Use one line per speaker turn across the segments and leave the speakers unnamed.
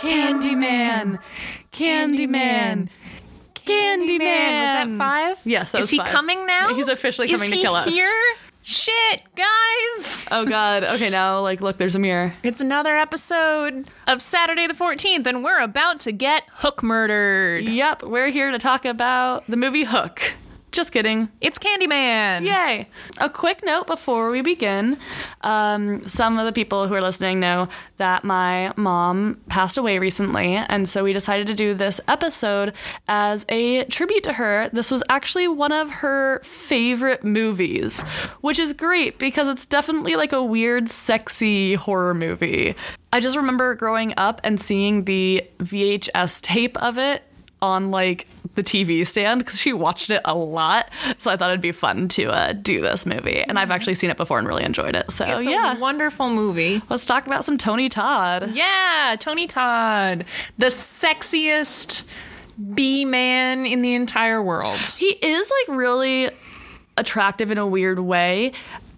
Candyman, Candyman, Candyman.
Man, was that five?
Yes, that
Is
was
he
five.
coming now?
He's officially
Is
coming to
he
kill us.
Here, shit, guys.
Oh God. Okay, now like look, there's a mirror.
It's another episode of Saturday the 14th, and we're about to get hook murdered.
Yep, we're here to talk about the movie Hook. Just kidding.
It's Candyman.
Yay! A quick note before we begin. Um, some of the people who are listening know that my mom passed away recently, and so we decided to do this episode as a tribute to her. This was actually one of her favorite movies, which is great because it's definitely like a weird, sexy horror movie. I just remember growing up and seeing the VHS tape of it on like the TV stand because she watched it a lot. So I thought it'd be fun to uh, do this movie, and I've actually seen it before and really enjoyed it. So
It's
yeah,
a wonderful movie.
let's talk about some Tony Todd.
Yeah, Tony Todd, the sexiest B man in the entire world.
He is like really attractive in a weird way.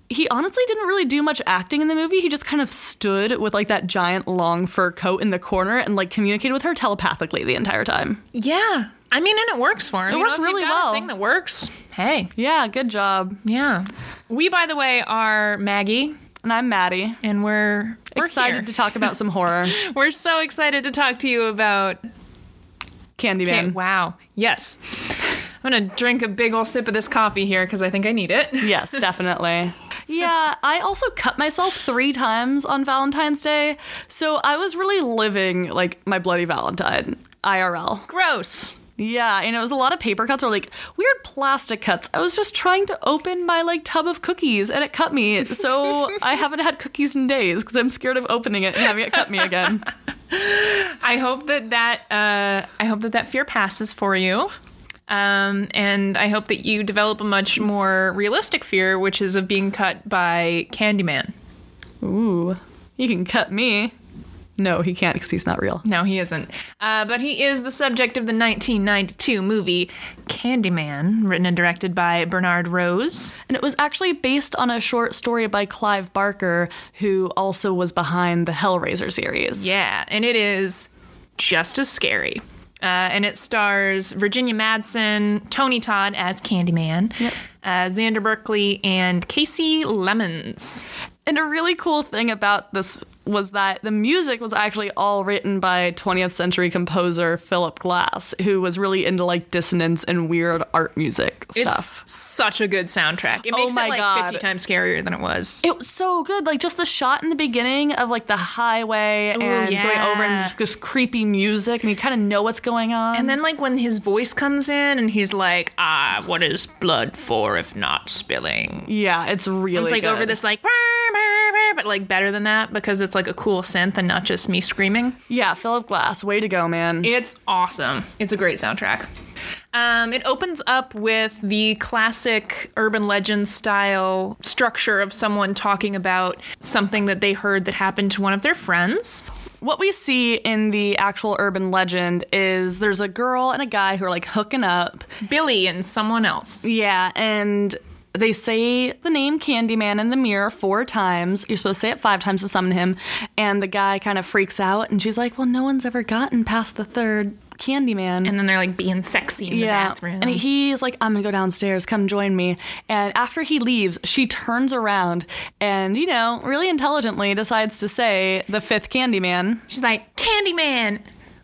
He honestly didn't really do much acting in the movie. He just kind of stood with like that giant long fur coat in the corner and like communicated with her telepathically the entire time.
Yeah. I mean, and it works for him.
It
You know,
works
if you've
really
got a
well.
thing that works. Hey,
Yeah, good job.
yeah. We, by the way, are Maggie,
And I'm Maddie.
and we're, we're
Excited
here.
to talk about some horror.
We're so excited to talk to you about Okay,
Candyman.
wow. Yes. I'm going to drink a big ol' sip of this coffee here because I think I need it.
Yes, definitely. yeah, I also cut myself three times on Valentine's Day, so I was really living like my bloody Valentine. IRL.
Gross.
Yeah, and it was a lot of paper cuts or like weird plastic cuts. I was just trying to open my like tub of cookies and it cut me. So I haven't had cookies in days because I'm scared of opening it and having it cut me again.
I hope that that uh, I hope that that fear passes for you. Um, and I hope that you develop a much more realistic fear, which is of being cut by Candyman.
Ooh, he can cut me. No, he can't because he's not real.
No, he isn't. Uh, but he is the subject of the 1992 movie Candyman, written and directed by Bernard Rose.
And it was actually based on a short story by Clive Barker, who also was behind the Hellraiser series.
Yeah, and it is just as scary. Uh, and it stars Virginia Madsen, Tony Todd as Candyman, uh, Xander Berkeley, and Casey Lemons.
And a really cool thing about this was that the music was actually all written by 20th century composer Philip Glass, who was really into like dissonance and weird art music stuff.
It's such a good soundtrack. It
Oh
makes
my
it like
God.
50 times scarier than it was.
it was so good. Like just the shot in the beginning of like the highway and going
yeah.
over and just this creepy music and you kind of know what's going on.
and then, like, when his voice comes in and he's like, ah, what is blood for if not spilling?
yeah, it's really
It's like over
good.
this, like, "Brr, brr, brr," but like better than that because it's like a cool synth and not just me screaming.
Yeah, Philip Glass, way to go, man.
It's awesome. It's a great soundtrack. Um, it opens up with the classic urban legend style structure of someone talking about something that they heard that happened to one of their friends.
what we see in the actual urban legend is there's a girl and a guy who are like hooking up
Billy and someone else.
Yeah, and they say the name Candyman in the mirror four times. You're supposed to say it five times to summon him. And the guy kind of freaks out, and she's like, Well, no one's ever gotten past the third Candyman.
And then they're like being sexy in
yeah.
the bathroom.
And he's like, I'm going to go downstairs. Come join me. And after he leaves, she turns around and, you know, really intelligently decides to say the fifth Candyman.
She's like, Candyman!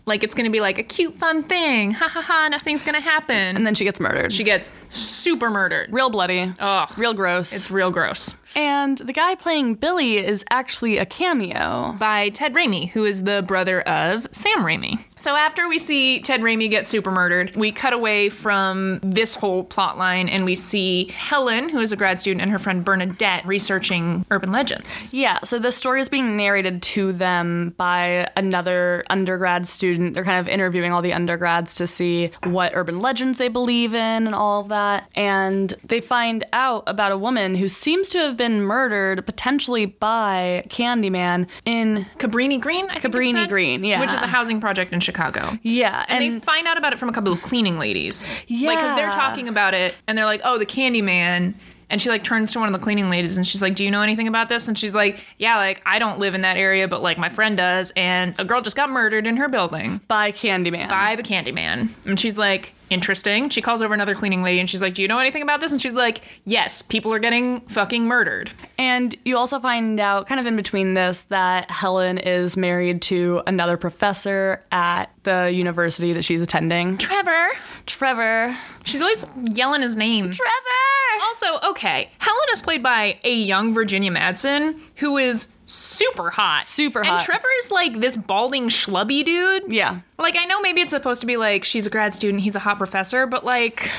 Like it's gonna be like a cute, fun thing. Ha ha ha, nothing's gonna happen.
And then she gets murdered.
She gets super murdered.
real bloody.
Ugh.
Real gross.
It's real gross.
and the guy playing Billy is actually a cameo.
by Ted Raimi, who is the brother of Sam Raimi. So after we see Ted Raimi get super murdered, we cut away from this whole plot line and we see Helen, who is a grad student, and her friend Bernadette researching urban legends.
Yeah, so the story is being narrated to them by another undergrad student. They're kind of interviewing all the undergrads to see what urban legends they believe in and all of that. And they find out about a woman who seems to have been murdered potentially by Candyman in
Cabrini Green, I think
Cabrini
it said?
Green, yeah.
Which is a housing project in Chicago.
yeah, and,
And they find out about it from a couple of cleaning ladies. Like, because they're
Yeah.
talking about it and they're like, oh, the Candyman And she like turns to one of the cleaning ladies and she's like, "Do you know anything about this?" And she's like, "Yeah, like I don't live in that area, but like my friend does, and a girl just got murdered in her building."
by Candyman.
by the Candyman. And she's like, interesting. She calls over another cleaning lady and she's like, Do you know anything about this? And she's like, Yes, people are getting fucking murdered.
And you also find out, kind of in between this, that Helen is married to another professor at the university that she's attending.
Trevor.
Trevor.
She's always yelling his name.
Trevor!
Also, okay, Helen is played by a young Virginia Madsen who is super hot.
Super
And
hot.
Trevor is like this balding schlubby dude.
Yeah.
Like, I know maybe it's supposed to be like she's a grad student, he's a hot professor, but like,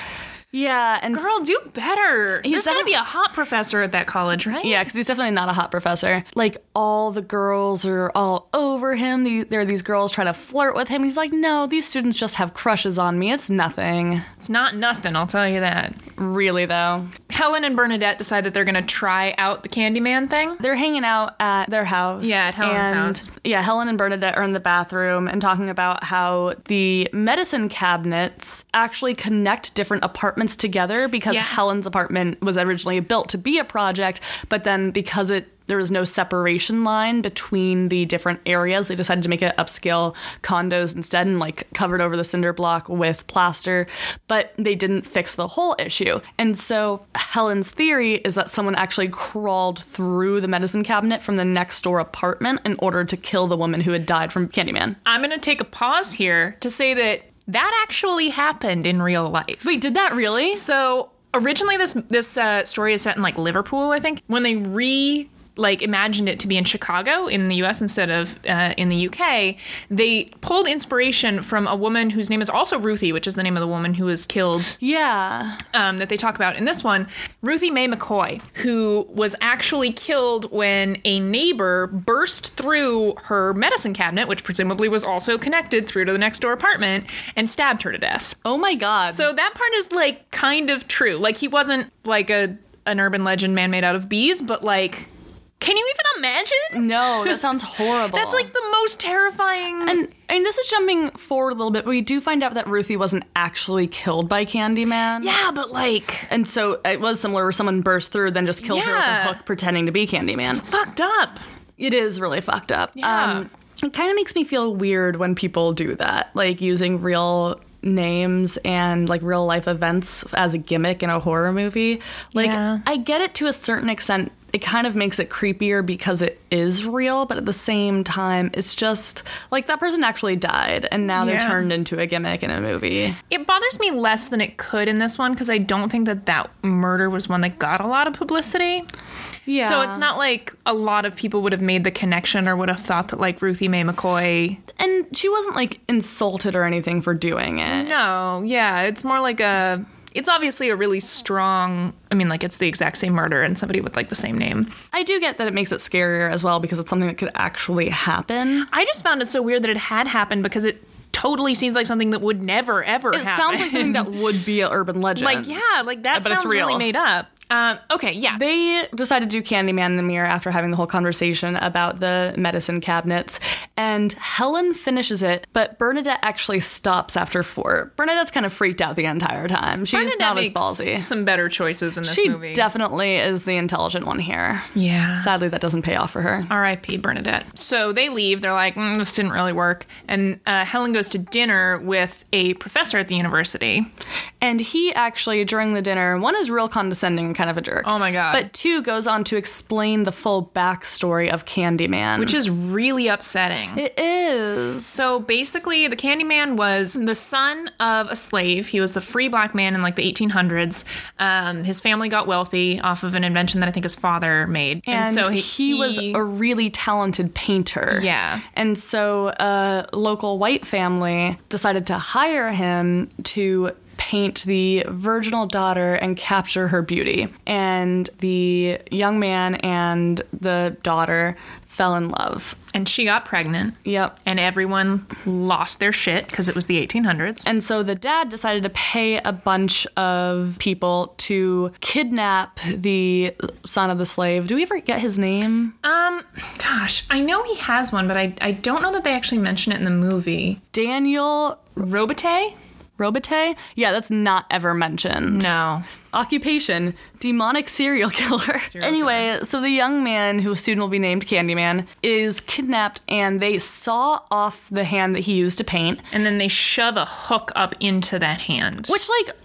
Yeah. And
girl, do better. He's going to
defi-
be a hot professor at that college, right?
Yeah, because he's definitely not a hot professor. Like all the girls are all over him. The- There are these girls trying to flirt with him. He's like, no, these students just have crushes on me. It's nothing.
It's not nothing, I'll tell you that.
Really, though.
Helen and Bernadette decide that they're going to try out the Candyman thing.
They're hanging out at their house.
Yeah, at Helen's
and,
house.
Yeah, Helen and Bernadette are in the bathroom and talking about how the medicine cabinets actually connect different apartments together because
Yeah.
Helen's apartment was originally built to be a project, but then because it there was no separation line between the different areas. They decided to make it upscale condos instead and like covered over the cinder block with plaster, but they didn't fix the whole issue. And so Helen's theory is that someone actually crawled through the medicine cabinet from the next door apartment in order to kill the woman who had died from Candyman.
I'm going to take a pause here to say that that actually happened in real life.
Wait, did that really?
So originally, this this uh, story is set in like Liverpool, I think. When they re like imagined it to be in Chicago in the U.S. instead of uh, in the U.K., they pulled inspiration from a woman whose name is also Ruthie, which is the name of the woman who was killed
Yeah.
um, that they talk about in this one, Ruthie Mae McCoy, who was actually killed when a neighbor burst through her medicine cabinet, which presumably was also connected through to the next door apartment, and stabbed her to death.
Oh my god.
So that part is like kind of true. Like he wasn't like a an urban legend man made out of bees, but like, can you even imagine?
no, that sounds horrible.
That's like the most terrifying.
And I mean, this is jumping forward a little bit, but we do find out that Ruthie wasn't actually killed by Candyman.
yeah, but like.
And so it was similar where someone burst through, then just killed her
Yeah.
with a hook pretending to be Candyman.
Fucked up.
It is really fucked up. Um,
Yeah.
it kind of makes me feel weird when people do that, like using real names and like real life events as a gimmick in a horror movie. Like,
Yeah.
I get it to a certain extent. It kind of makes it creepier because it is real, but at the same time, it's just like that person actually died and now
Yeah.
they're turned into a gimmick in a movie.
It bothers me less than it could in this one because I don't think that that murder was one that got a lot of publicity.
Yeah.
So it's not like a lot of people would have made the connection or would have thought that like Ruthie Mae McCoy.
And she wasn't like insulted or anything for doing it.
No, yeah, it's more like a. It's obviously a really strong. I mean, like it's the exact same murder and somebody with like the same name.
I do get that it makes it scarier as well because it's something that could actually happen.
I just found it so weird that it had happened because it totally seems like something that would never ever.
It sounds like something
happen.
that would be an urban legend.
like yeah, like that
But it's
sounds really
real.
made up. Um, okay, yeah,
They decided to do Candyman in the mirror after having the whole conversation about the medicine cabinets. And Helen finishes it, but Bernadette actually stops after four. Bernadette's kind of freaked out the entire time. She's
Bernadette
not as
makes
ballsy.
Some better choices in this
She
movie.
definitely is the intelligent one here.
yeah.
Sadly, that doesn't pay off for her.
R.I.P. Bernadette. So they leave. They're like, mm, this didn't really work. And uh, Helen goes to dinner with a professor at the university.
And he actually, during the dinner, one is real condescending and kind of a jerk.
Oh my God.
But two goes on to explain the full backstory of Candyman,
Which is really upsetting.
it is.
So basically, the Candyman was the son of a slave. He was a free black man in like the 1800s. Um, his family got wealthy off of an invention that I think his father made.
And, so he, was a really talented painter.
Yeah.
And so a local white family decided to hire him to paint the virginal daughter and capture her beauty. And the young man and the daughter fell in love.
and she got pregnant.
Yep.
And everyone lost their shit because it was the 1800s.
And so the dad decided to pay a bunch of people to kidnap the son of the slave. Do we ever get his name?
Um, gosh, I know he has one, but I, I don't know that they actually mention it in the movie.
Daniel
Robite?
Robite? Yeah, that's not ever mentioned.
No.
Occupation, demonic serial killer.
Serial
anyway, so the young man who soon will be named Candyman is kidnapped and they saw off the hand that he used to paint,
And then they shove a hook up into that hand.
which, like,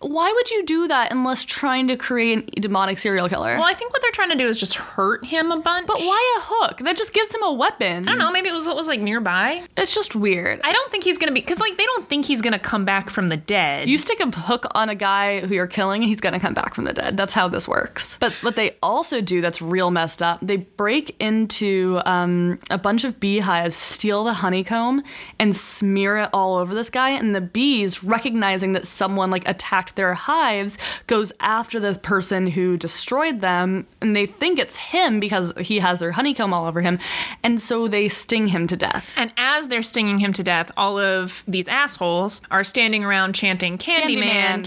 why would you do that unless trying to create a demonic serial killer?
well, I think what they're trying to do is just hurt him a bunch.
But why a hook? That just gives him a weapon.
I don't know. Maybe it was what was like nearby.
It's just weird.
I don't think he's gonna be because like they don't think he's gonna come back from the dead.
You stick a hook on a guy who you're killing, he's gonna come back from the dead. That's how this works. But what they also do that's real messed up, they break into um, a bunch of beehives, steal the honeycomb, and smear it all over this guy. And the bees, recognizing that someone like attacked their hives, goes after the person who destroyed them, and they think it's him because he has their honeycomb all over him, and so they sting him to death.
and as they're stinging him to death, all of these assholes are standing around chanting Candyman,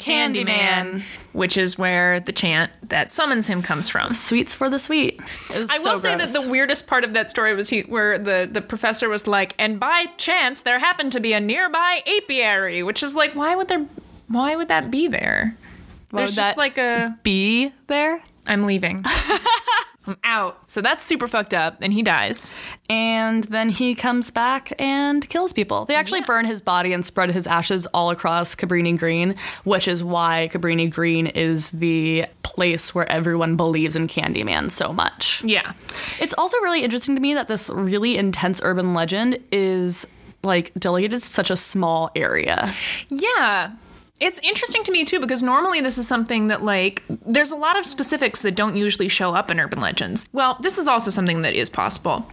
Candyman,
Candyman,
Candyman."
which is where the chant that summons him comes from.
Sweets for the sweet. It was
I
so
will say
gross.
that the weirdest part of that story was he, where the, the professor was like, and by chance there happened to be a nearby apiary, which is like, why would there, why would that be there?
Why
There's
would
just
that-
like a,
bee there.
I'm leaving. I'm out. So that's super fucked up, and he dies.
and then he comes back and kills people. They actually burn his body and spread his ashes all across Cabrini Green, which is why Cabrini Green is the place where everyone believes in Candyman so much.
Yeah.
It's also really interesting to me that this really intense urban legend is like delegated to such a small area.
Yeah. It's interesting to me too because normally this is something that like there's a lot of specifics that don't usually show up in urban legends. Well, this is also something that is possible.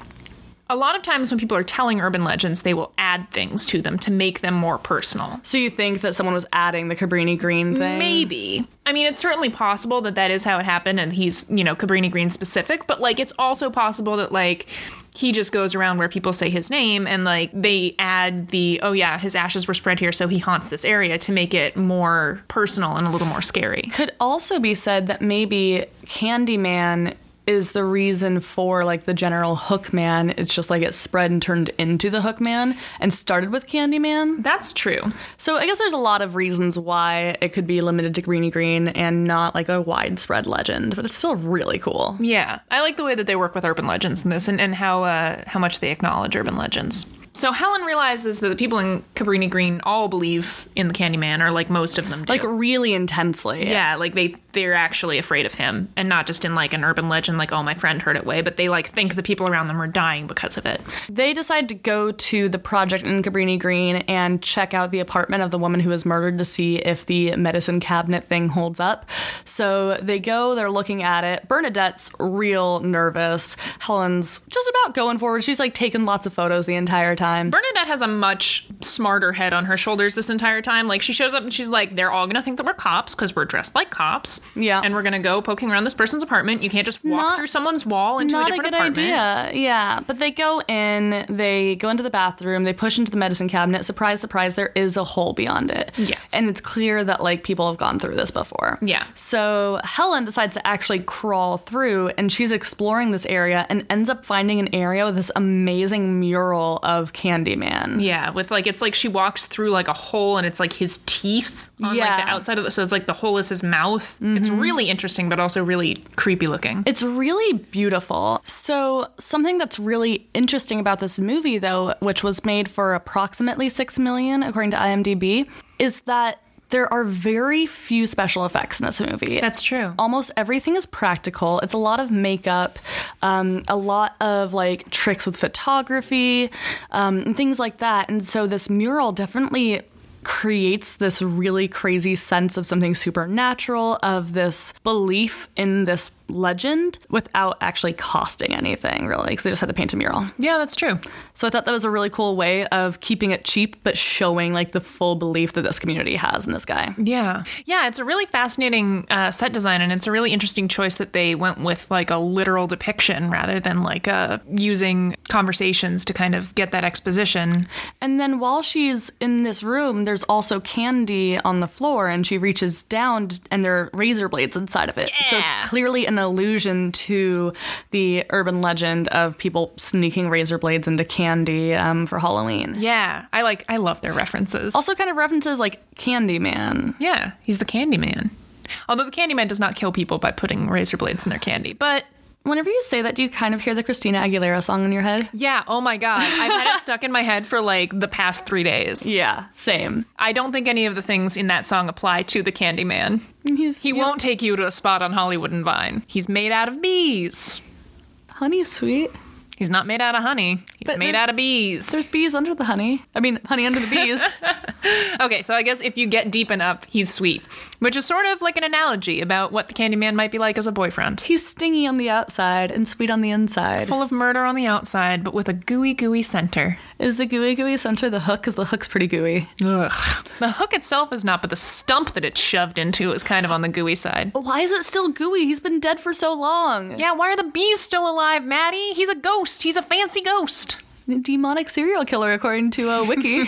A lot of times when people are telling urban legends, they will add things to them to make them more personal.
So you think that someone was adding the Cabrini Green thing?
Maybe. I mean, it's certainly possible that that is how it happened and he's, you know, Cabrini Green specific, but like it's also possible that like he just goes around where people say his name and like they add the, oh yeah, his ashes were spread here, so he haunts this area to make it more personal and a little more scary.
could also be said that maybe Candyman is the reason for like the general Hookman. It's just like it spread and turned into the Hookman and started with Candyman.
That's true.
So I guess there's a lot of reasons why it could be limited to Greeny Green and not like a widespread legend, but it's still really cool.
Yeah, I like the way that they work with urban legends in this, and, and how uh, how much they acknowledge urban legends. So Helen realizes that the people in Cabrini Green all believe in the Candyman, or like most of them do.
Like really intensely.
yeah, like they they're actually afraid of him, and not just in like an urban legend, like oh my friend heard it way, but they like think the people around them are dying because of it.
They decide to go to the project in Cabrini Green and check out the apartment of the woman who was murdered to see if the medicine cabinet thing holds up. So they go, they're looking at it. Bernadette's real nervous. Helen's just about going forward. She's like taking lots of photos the entire time.
Bernadette has a much smarter head on her shoulders this entire time. Like she shows up and she's like, they're all gonna think that we're cops because we're dressed like cops.
Yeah.
and we're gonna go poking around this person's apartment. You can't just walk
Not-
through someone's wall into
Not
a
a
different
good
apartment.
idea. Yeah. But they go in, they go into the bathroom, they push into the medicine cabinet. Surprise, surprise, there is a hole beyond it.
Yes.
And it's clear that like people have gone through this before.
Yeah.
So Helen decides to actually crawl through and she's exploring this area and ends up finding an area with this amazing mural of Candyman.
Yeah, with like it's like she walks through like a hole and it's like his teeth on like
Yeah. Mm-hmm.
the outside of the so it's like the hole is his mouth. It's really interesting but also really creepy looking.
It's really beautiful. So, something that's really interesting about this movie, though, which was made for approximately six million, according to IMDb, is that there are very few special effects in this movie.
That's true.
Almost everything is practical. It's a lot of makeup, um, a lot of like tricks with photography, um, and things like that. And so this mural definitely creates this really crazy sense of something supernatural, of this belief in this legend without actually costing anything, really, because they just had to paint a mural.
Yeah, that's true.
So I thought that was a really cool way of keeping it cheap, but showing like the full belief that this community has in this guy.
Yeah. Yeah, it's a really fascinating uh, set design, and it's a really interesting choice that they went with like a literal depiction rather than like uh, using conversations to kind of get that exposition.
And then while she's in this room, there's also candy on the floor, and she reaches down, d- and there are razor blades inside of it. So
Yeah.
it's clearly an allusion to the urban legend of people sneaking razor blades into candy um, for Halloween.
Yeah, I like I love their references.
Also, kind of references like Candyman.
yeah, he's the Candyman. Although the Candyman does not kill people by putting razor blades in their candy, but
Whenever you say that, do you kind of hear the Christina Aguilera song in your head?
yeah, oh my god, I've had it stuck in my head for like the past three days.
Yeah, same.
I don't think any of the things in that song apply to the Candyman.
He's,
He won't take you to a spot on Hollywood and Vine. He's made out of bees.
honey sweet.
He's not made out of honey. He's
But
made
there's-
out of bees.
There's bees under the honey. I mean, honey under the bees.
Okay, so I guess if you get deep enough, he's sweet, which is sort of like an analogy about what the Candyman might be like as a boyfriend.
He's stingy on the outside and sweet on the inside.
Full of murder on the outside, but with a gooey, gooey center.
Is the gooey gooey center the hook? Because the hook's pretty gooey.
Ugh. The hook itself is not, but the stump that it's shoved into is kind of on the gooey side.
But why is it still gooey? He's been dead for so long.
Yeah, why are the bees still alive, Maddie? He's a ghost. He's a fancy ghost.
Demonic serial killer, according to a wiki.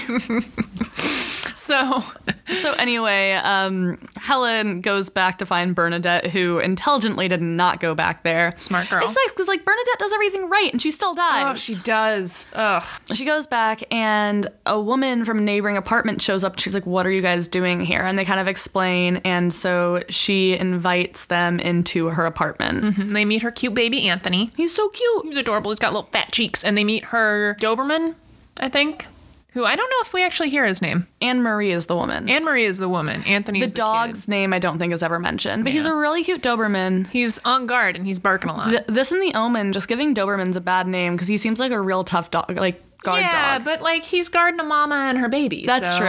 So,
so anyway, um, Helen goes back to find Bernadette, who intelligently did not go back there.
Smart girl.
It sucks because like Bernadette does everything right, and Oh, she still dies.
does. Ugh.
She goes back, and a woman from a neighboring apartment shows up. She's like, What are you guys doing here? And they kind of explain. And so she invites them into her apartment.
And they meet her cute baby, Anthony.
He's so cute.
He's adorable. He's got little fat cheeks. And they meet her Doberman, I think, who I don't know if we actually hear his name.
Anne Marie is the woman.
Anne Marie is the woman. Anthony
the
is the
dog's
kid.
name I don't think is ever mentioned, but he's a really cute Doberman.
He's on guard and he's barking a lot.
Th- this and the Omen, just giving Dobermans a bad name because he seems like a real tough dog, like guard
yeah,
dog.
but like he's guarding a mama and her baby.
That's
so,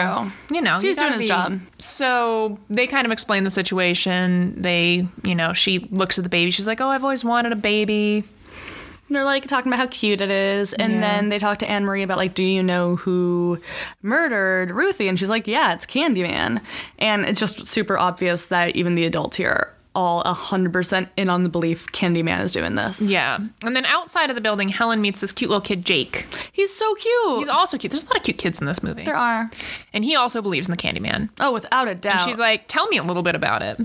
true.
You know,
So he's
you gotta
doing his
be-
job.
So they kind of explain the situation. They, you know, she looks at the baby. She's like, "Oh, I've always wanted a baby."
And They're like talking about how cute it is, and
Yeah.
then they talk to Anne Marie about like, do you know who murdered Ruthie? And she's like, yeah, it's Candyman, and it's just super obvious that even the adults here are all hundred percent in on the belief Candyman is doing this.
Yeah. And then outside of the building, Helen meets this cute little kid, Jake.
he's so cute.
He's also cute. There's a lot of cute kids in this movie.
there are
And he also believes in the Candyman.
oh, without a doubt.
And she's like, "Tell me a little bit about it."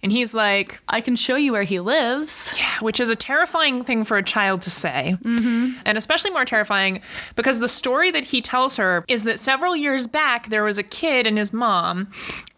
And he's like,
I can show you where he lives.
Yeah, which is a terrifying thing for a child to say. Mm-hmm. And especially more terrifying because the story that he tells her is that several years back, there was a kid and his mom,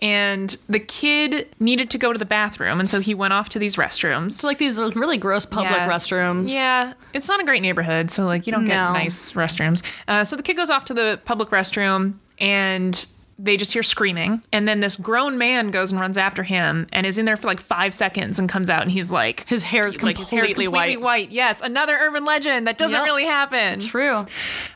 and the kid needed to go to the bathroom. And so he went off to these restrooms.
So like these like, really gross public
Yeah.
restrooms.
Yeah, it's not a great neighborhood, so like you don't get
No.
nice restrooms. Uh, so the kid goes off to the public restroom and they just hear screaming and then this grown man goes and runs after him and is in there for like five seconds and comes out and he's like
His hair is
like
completely,
his hair's completely
white.
white. Yes, another urban legend that doesn't
Yep.
really happen.
True.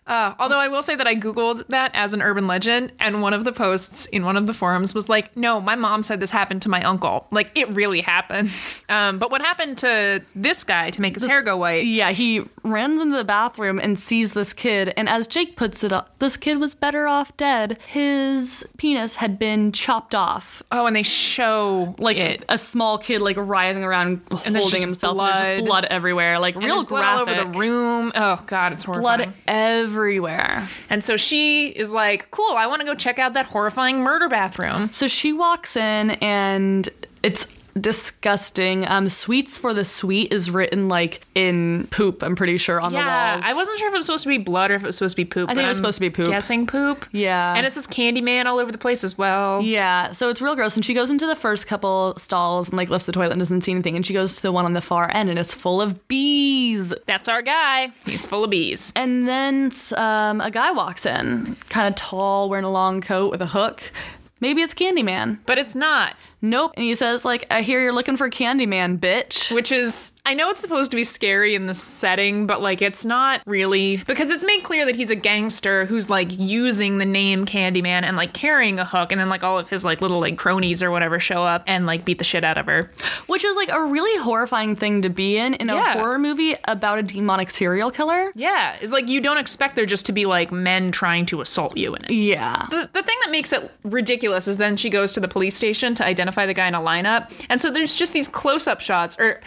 Uh, although I will say that I googled that as an urban legend, and one of the posts in one of the forums was like, "No, my mom said this happened to my uncle. Like it really happens." Um, but what happened to this guy to make his hair go white?
Yeah, he runs into the bathroom and sees this kid. And as Jake puts it up, this kid was better off dead. His penis had been chopped off.
Oh, and they show
Like
it.
a small kid, like writhing around,
there's
holding
just
himself. and There's just
blood.
blood everywhere, like
And
real
there's blood all
graphic.
over the room. Oh God, it's horrifying.
blood everywhere.
And so she is like, "Cool, I want to go check out that horrifying murder bathroom."
So she walks in and it's disgusting. Um, sweets for the sweet is written like in poop. I'm pretty sure on the
Yeah,
walls.
I wasn't sure if it was supposed to be blood or if it was supposed to be poop.
I think it was supposed to be poop.
Guessing poop.
Yeah.
and it says Candyman all over the place as well.
Yeah, so it's real gross. And she goes into the first couple stalls and like lifts the toilet and doesn't see anything. And she goes to the one on the far end and it's full of bees.
That's our guy. He's full of bees.
And then um, a guy walks in, kind of tall, wearing a long coat with a hook. Maybe it's Candyman.
But it's not,
Nope. And he says, like, I hear you're looking for Candyman, bitch.
which is, I know it's supposed to be scary in this setting, but like it's not really. Because it's made clear that he's a gangster who's like using the name Candyman and like carrying a hook, and then like all of his like little like cronies or whatever show up and like beat the shit out of her.
Which is like a really horrifying thing to be in in a
Yeah.
horror movie about a demonic serial killer.
Yeah, it's like you don't expect there just to be like men trying to assault you in it.
Yeah.
The, the thing that makes it ridiculous is then she goes to the police station to identify the guy in a lineup. And so there's just these close up shots, or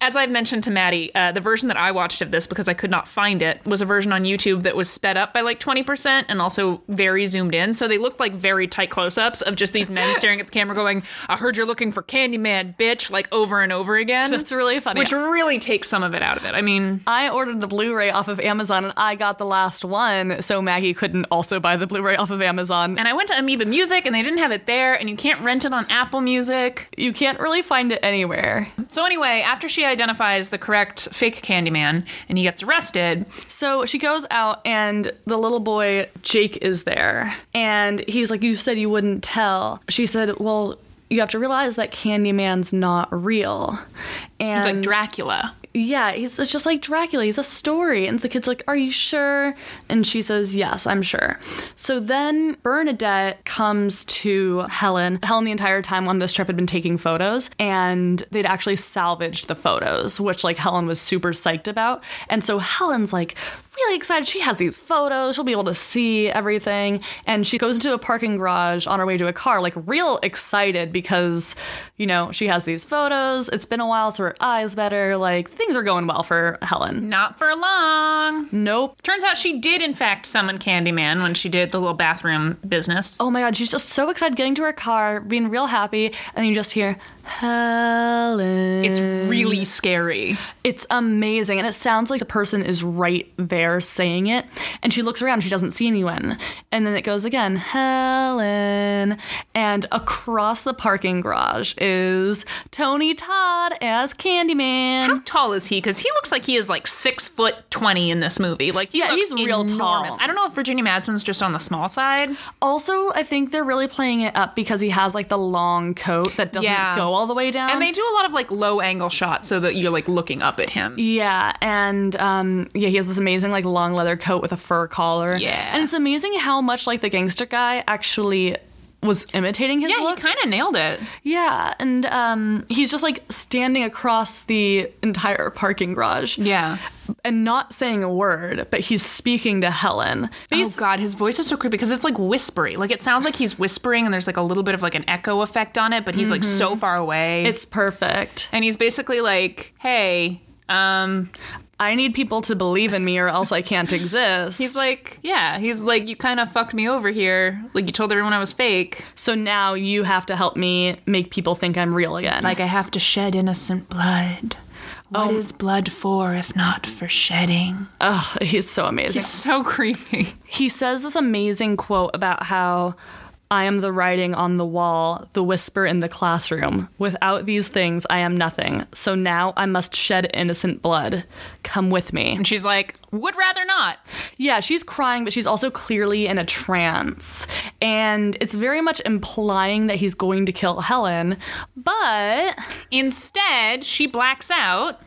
As I've mentioned to Maddie, uh, the version that I watched of this because I could not find it was a version on YouTube that was sped up by like 20% and also very zoomed in. So they looked like very tight close ups of just these men staring at the camera going, I heard you're looking for Candyman, bitch, like over and over again.
That's really funny.
Which really takes some of it out of it. I mean,
I ordered the Blu-ray off of Amazon and I got the last one, so Maggie couldn't also buy the Blu-ray off of Amazon.
and I went to Amoeba Music and they didn't have it there, and you can't rent it on Apple Music.
You can't really find it anywhere.
So anyway, after she identifies the correct fake Candyman and he gets arrested,
So she goes out, and the little boy, Jake, is there. And he's like, You said you wouldn't tell. She said, Well, you have to realize that Candyman's not real. And
he's like Dracula.
yeah, he's it's just like Dracula. He's a story. And the kid's like, Are you sure? And she says, Yes, I'm sure. So then Bernadette comes to Helen. Helen, the entire time on this trip, had been taking photos and they'd actually salvaged the photos, which like Helen was super psyched about. And so Helen's like, Really excited. She has these photos. She'll be able to see everything. And she goes into a parking garage on her way to a car, like real excited because, you know, she has these photos. It's been a while, so her eyes better. Like things are going well for Helen.
Not for long.
Nope.
Turns out she did in fact summon Candyman when she did the little bathroom business.
Oh my god, she's just so excited getting to her car, being real happy, and you just hear Helen.
It's really scary.
It's amazing. And it sounds like the person is right there saying it. And she looks around, she doesn't see anyone. And then it goes again, Helen. And across the parking garage is Tony Todd as Candyman.
How tall is he? Because he looks like he is like six foot twenty in this movie. Like he
Yeah,
looks
he's real tall.
enormous. I don't know if Virginia Madsen's just on the small side.
Also, I think they're really playing it up because he has like the long coat that doesn't
Yeah.
go all the way down.
And they do a lot of like low angle shots so that you're like looking up at him.
Yeah, and um, yeah, he has this amazing like long leather coat with a fur collar.
Yeah.
and it's amazing how much like the gangster guy actually was imitating his
Yeah, he
look.
kind of nailed it.
yeah, and um, he's just like standing across the entire parking garage
Yeah.
and not saying a word, but he's speaking to Helen.
oh god, his voice is so creepy because it's like whispery. Like it sounds like he's whispering, and there's like a little bit of like an echo effect on it, but he's like so far away.
It's perfect.
and he's basically like, "Hey." Um,
I need people to believe in me, or else I can't exist.
he's like, yeah, he's like, you kind of fucked me over here. Like, you told everyone I was fake.
so now you have to help me make people think I'm real again.
Like, I have to shed innocent blood. What is blood for if not for shedding?
Ugh, he's so amazing.
It's so creepy.
he says this amazing quote about how I am the writing on the wall, the whisper in the classroom. Without these things, I am nothing. So now I must shed innocent blood. Come with me.
And she's like, would rather not.
Yeah, she's crying, but she's also clearly in a trance. And it's very much implying that he's going to kill Helen, but
Instead, she blacks out,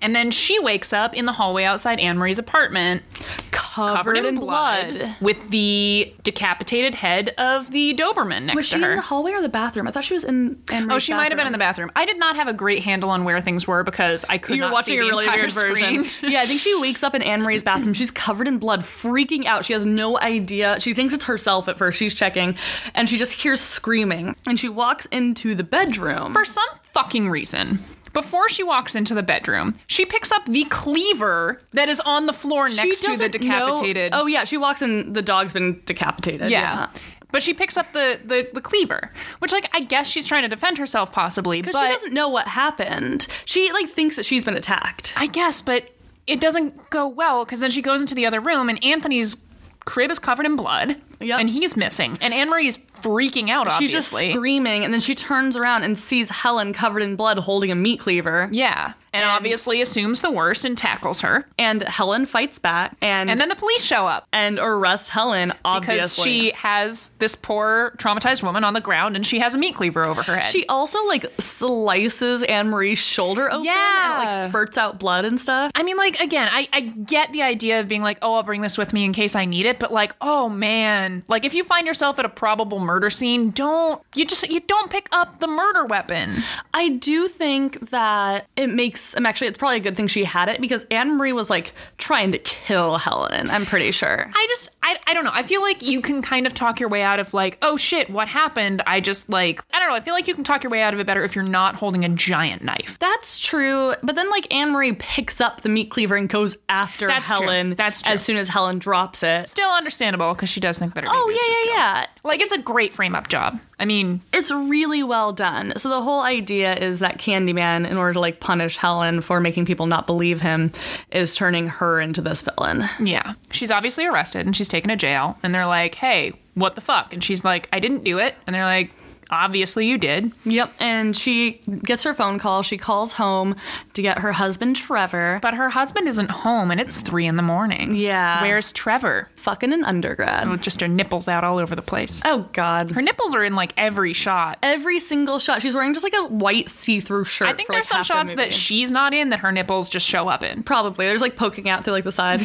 and then she wakes up in the hallway outside Anne Marie's apartment,
covered,
covered
in, blood.
with the decapitated head of the Doberman next
Was she
to her.
in the hallway or the bathroom? I thought she was in. in
Oh, she might have been in the bathroom. I did not have a great handle on where things were because I could
You're
not
watching
see
a
the
really
entire
weird
screen.
version. yeah, I think she wakes up in Anne Marie's bathroom. She's covered in blood, freaking out. She has no idea. She thinks it's herself at first. She's checking, and she just hears screaming. And she walks into the bedroom.
For some fucking reason, before she walks into the bedroom, she picks up the cleaver that is on the floor
She
next to the
doesn't know-
decapitated.
oh yeah, she walks in. The dog's been decapitated.
yeah. But she picks up the, the the cleaver, which like I guess she's trying to defend herself possibly, but
But she doesn't know what happened. She like thinks that she's been attacked.
I guess, but it doesn't go well because then she goes into the other room and Anthony's crib is covered in blood
Yep.
and he's missing. And Anne Marie's freaking out, obviously.
She's just screaming, and then she turns around and sees Helen covered in blood holding a meat cleaver.
yeah. And, obviously assumes the worst and tackles her.
And Helen fights back and
And then the police show up
and arrest Helen obviously.
because she has this poor traumatized woman on the ground and she has a meat cleaver over her head.
She also like slices Anne Marie's shoulder open
Yeah.
and it, like spurts out blood and stuff.
I mean, like, again, I, I get the idea of being like, oh, I'll bring this with me in case I need it, but like, oh man. Like if you find yourself at a probable murder scene, don't you just you don't pick up the murder weapon.
I do think that it makes it's um, actually it's probably a good thing she had it because Anne Marie was like trying to kill Helen. I'm pretty sure.
I just I, I don't know. I feel like you can kind of talk your way out of like, oh shit, what happened? I just like I don't know. I feel like you can talk your way out of it better if you're not holding a giant knife.
That's true, but then like Anne Marie picks up the meat cleaver and goes after
That's true.
Helen.
That's true.
as soon as Helen drops it.
Still understandable because she does think that her
Oh
baby is just
yeah,
ill.
yeah, yeah.
Like it's a great frame up job. I mean,
It's really well done. So the whole idea is that Candyman, in order to like punish Helen for making people not believe him, is turning her into this villain.
yeah. She's obviously arrested and she's taken to jail and they're like, "Hey, what the fuck?" And she's like, "I didn't do it." And they're like, "Obviously you did."
Yep. And she gets her phone call. She calls home to get her husband Trevor.
But her husband isn't home and it's 3 in the morning.
Yeah.
Where's Trevor?
fucking an undergrad.
With just her nipples out all over the place.
Oh God.
Her nipples are in like every shot.
Every single shot, she's wearing just like a white see-through shirt.
I think
for,
there's
like,
some
half
shots
the
that
movie.
she's not in that her nipples just show up in.
probably there's like poking out through like the side.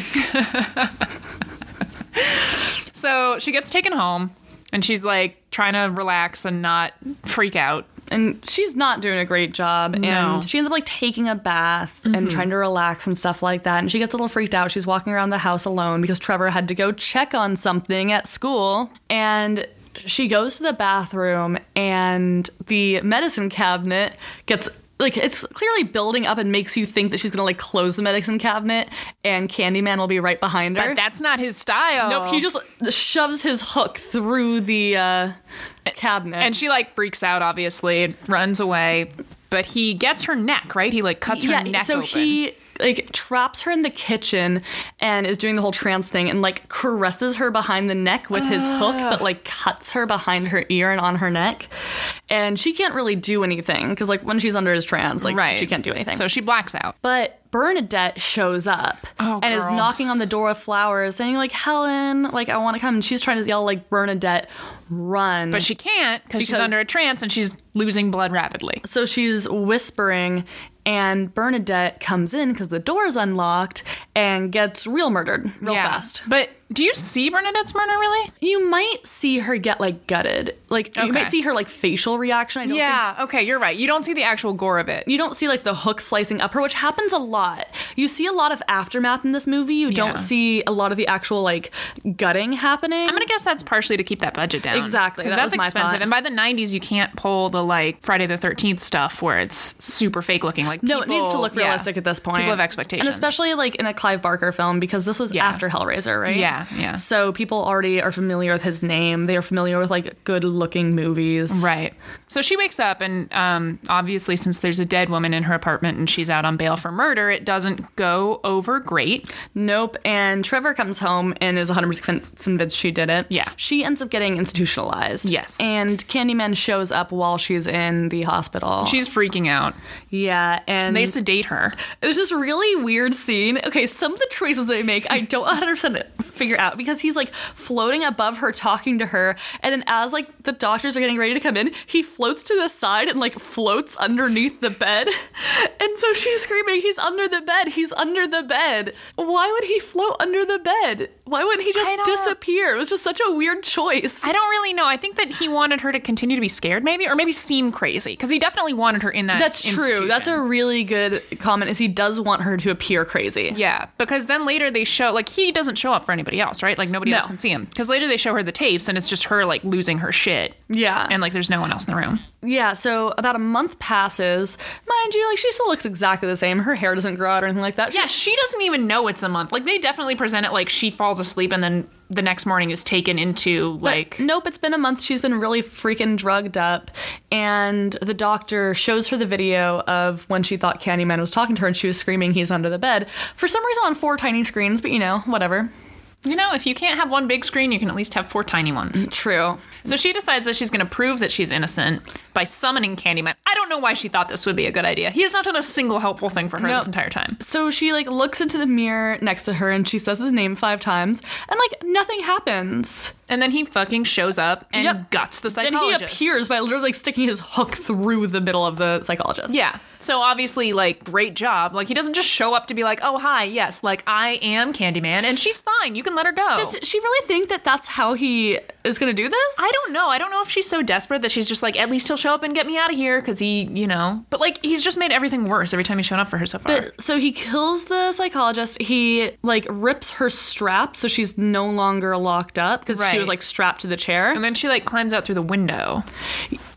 So she gets taken home and she's like trying to relax and not freak out.
and she's not doing a great job
No. Mm-hmm.
and she ends up like taking a bath and trying to relax and stuff like that and she gets a little freaked out she's walking around the house alone because trevor had to go check on something at school and she goes to the bathroom and the medicine cabinet gets like it's clearly building up and makes you think that she's gonna like close the medicine cabinet and candyman will be right behind her
But Oh. that's not his style.
nope he just shoves his hook through the uh, cabinet
and she like freaks out obviously and runs away. But he gets her neck, right? He like cuts her neck
so
open.
he like traps her in the kitchen and is doing the whole trance thing and like caresses her behind the neck with his hook but like cuts her behind her ear and on her neck and she can't really do anything because like when she's under his trance like
right.
she can't do anything
So she blacks out.
but Bernadette shows up
Oh,
and is
girl.
knocking on the door with flowers, saying like Helen, like I want to come. And she's trying to yell like Bernadette, run.
But she can't because she's
Because-
under a trance and she's losing blood rapidly.
So she's whispering, and Bernadette comes in because the door is unlocked and gets real murdered real
Yeah.
fast.
But do you see Bernadette's murder really?
You might see her get like gutted. Like
Okay.
you might see her like facial reaction. I don't think
Yeah, okay, you're right. You don't see the actual gore of it.
you don't see like the hook slicing up her, which happens a lot. You see a lot of aftermath in this movie. You
Yeah.
don't see a lot of the actual like gutting happening.
I'm gonna guess that's partially to keep that budget down.
Exactly,
because
that
that's
was my
expensive.
thought.
And by the '90s, you can't pull the like Friday the 13th stuff where it's super fake looking. Like
no,
people-
it needs to look
yeah.
realistic at this point.
People have expectations,
and especially like in a Clive Barker film because this was
Yeah.
after Hellraiser, right?
Yeah, yeah.
So people already are familiar with his name. They are familiar with like good-looking movies.
Right. So she wakes up, and um, obviously, since there's a dead woman in her apartment and she's out on bail for murder, it doesn't go over great.
Nope. And Trevor comes home and is 100 percent convinced she did it.
Yeah.
She ends up getting institutionalized.
Yes.
And Candyman shows up while she's in the hospital.
She's freaking out.
yeah. And
They sedate her.
There's this really weird scene. Okay, some of the choices they make, I don't 100% figure out because he's like floating above her, talking to her. And then as like the doctors are getting ready to come in, he floats to the side and like floats underneath the bed. And so she's screaming, He's under the bed, he's under the bed. Why would he float under the bed? Why wouldn't he
I
just
don't-
disappear? It was just such a weird choice.
I don't really know. I think that he wanted her to continue to be scared, maybe, or maybe seem crazy, because he definitely wanted her in that.
That's true. That's
institution.
a really good comment is he does want her to appear crazy.
Yeah, because then later they show like he doesn't show up for anybody else, right? Like nobody
No.
else can see him. Because later they show her the tapes, and it's just her like losing her shit,
Yeah.
and like there's no one else in the room.
Yeah, so about a month passes. Mind you, like she still looks exactly the same. Her hair doesn't grow out or anything like that. She-
Yeah, she doesn't even know it's a month. Like they definitely present it like she falls asleep, and then the next morning is taken into
but
like
nope, it's been a month. She's been really freaking drugged up. And the doctor shows her the video of when she thought Candyman was talking to her and she was screaming, he's under the bed. For some reason on four tiny screens, but you know, whatever.
you know if you can't have one big screen, you can at least have four tiny ones.
True.
so she decides that she's going to prove that she's innocent by summoning Candyman. I don't know why she thought this would be a good idea. He has not done a single helpful thing for her
No.
this entire time.
So she like looks into the mirror next to her and she says his name five times and like nothing happens.
And then he fucking shows up and
Yep.
guts the
And he
psychologist.
appears by literally like sticking his hook through the middle of the psychologist.
Yeah. So obviously, like, great job. Like, he doesn't just show up to be like, oh, hi, yes, like, I am Candyman, and she's fine. You can let her go.
Does she really think that that's how he is going to do this?
I don't know. I don't know if she's so desperate that she's just like, at least he'll show up and get me out of here because he, you know. But like, he's just made everything worse every time he's shown up for her so far.
But so he kills the psychologist. He like rips her strap so she's no longer locked up because she
Right.
was like strapped to the chair.
and then she like climbs out through the window.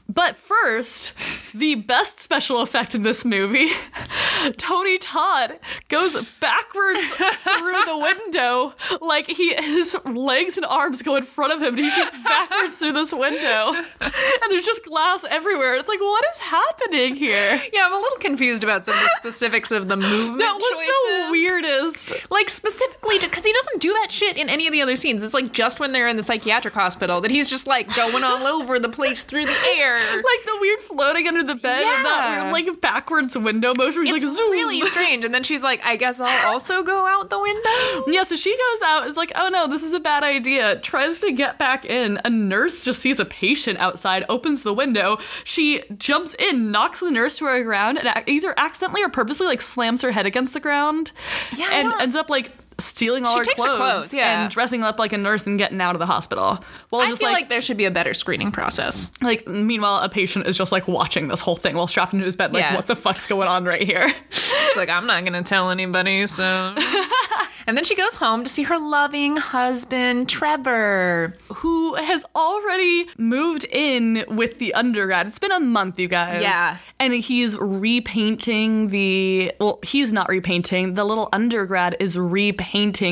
But first, the best special effect in this movie Tony Todd goes backwards through the window, like he his legs and arms go in front of him, and he shoots backwards through this window. And there's just glass everywhere. It's like, what is happening here?
Yeah, I'm a little confused about some of the specifics of the movement
That was
choices.
the weirdest.
Like specifically because he doesn't do that shit in any of the other scenes. It's like just when they're in the psychiatric hospital that he's just like going all over the place through the air.
Like the weird floating under the bed and that
Yeah.
weird like backwards window motion. Where
it's
she's like, zoom.
really strange. And then she's like, I guess I'll also go out the window.
Yeah, so she goes out, is like, oh no, this is a bad idea, tries to get back in. A nurse just sees a patient outside, opens the window. She jumps in, knocks the nurse to her ground, and ac- either accidentally or purposely, like, slams her head against the ground.
Yeah, I
And
don't-
ends up, like, stealing all
She
her,
takes her
clothes
clothes, yeah.
and dressing up like a nurse and getting out of the hospital. Well,
I
just
feel like,
like,
there should be a better screening process.
like, meanwhile, a patient is just, like, watching this whole thing while strapped into his bed, like,
Yeah.
what the fuck's going on right here?
It's like, I'm not going to tell anybody, so. and then she goes home to see her loving husband, Trevor.
who has already moved in with the undergrad. It's been a month, you guys.
Yeah.
And he's repainting the, well, he's not repainting. The little undergrad is repainting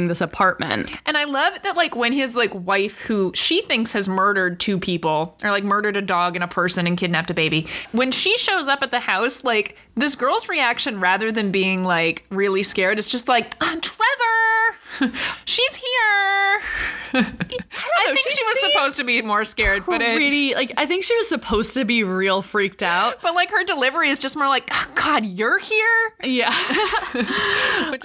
this apartment.
And I love that, like, when his like wife, who she thinks has murdered two people, or like murdered a dog and a person and kidnapped a baby, when she shows up at the house, like this girl's reaction, rather than being like really scared, is just like, "Ah, Trevor, she's here. I,
know,
think
she
she was
seemed
supposed to be more scared, but it.
Pretty, like, I think she was supposed to be real freaked out.
But like her delivery is just more like, oh, God, you're here, Oh,
Yeah.
which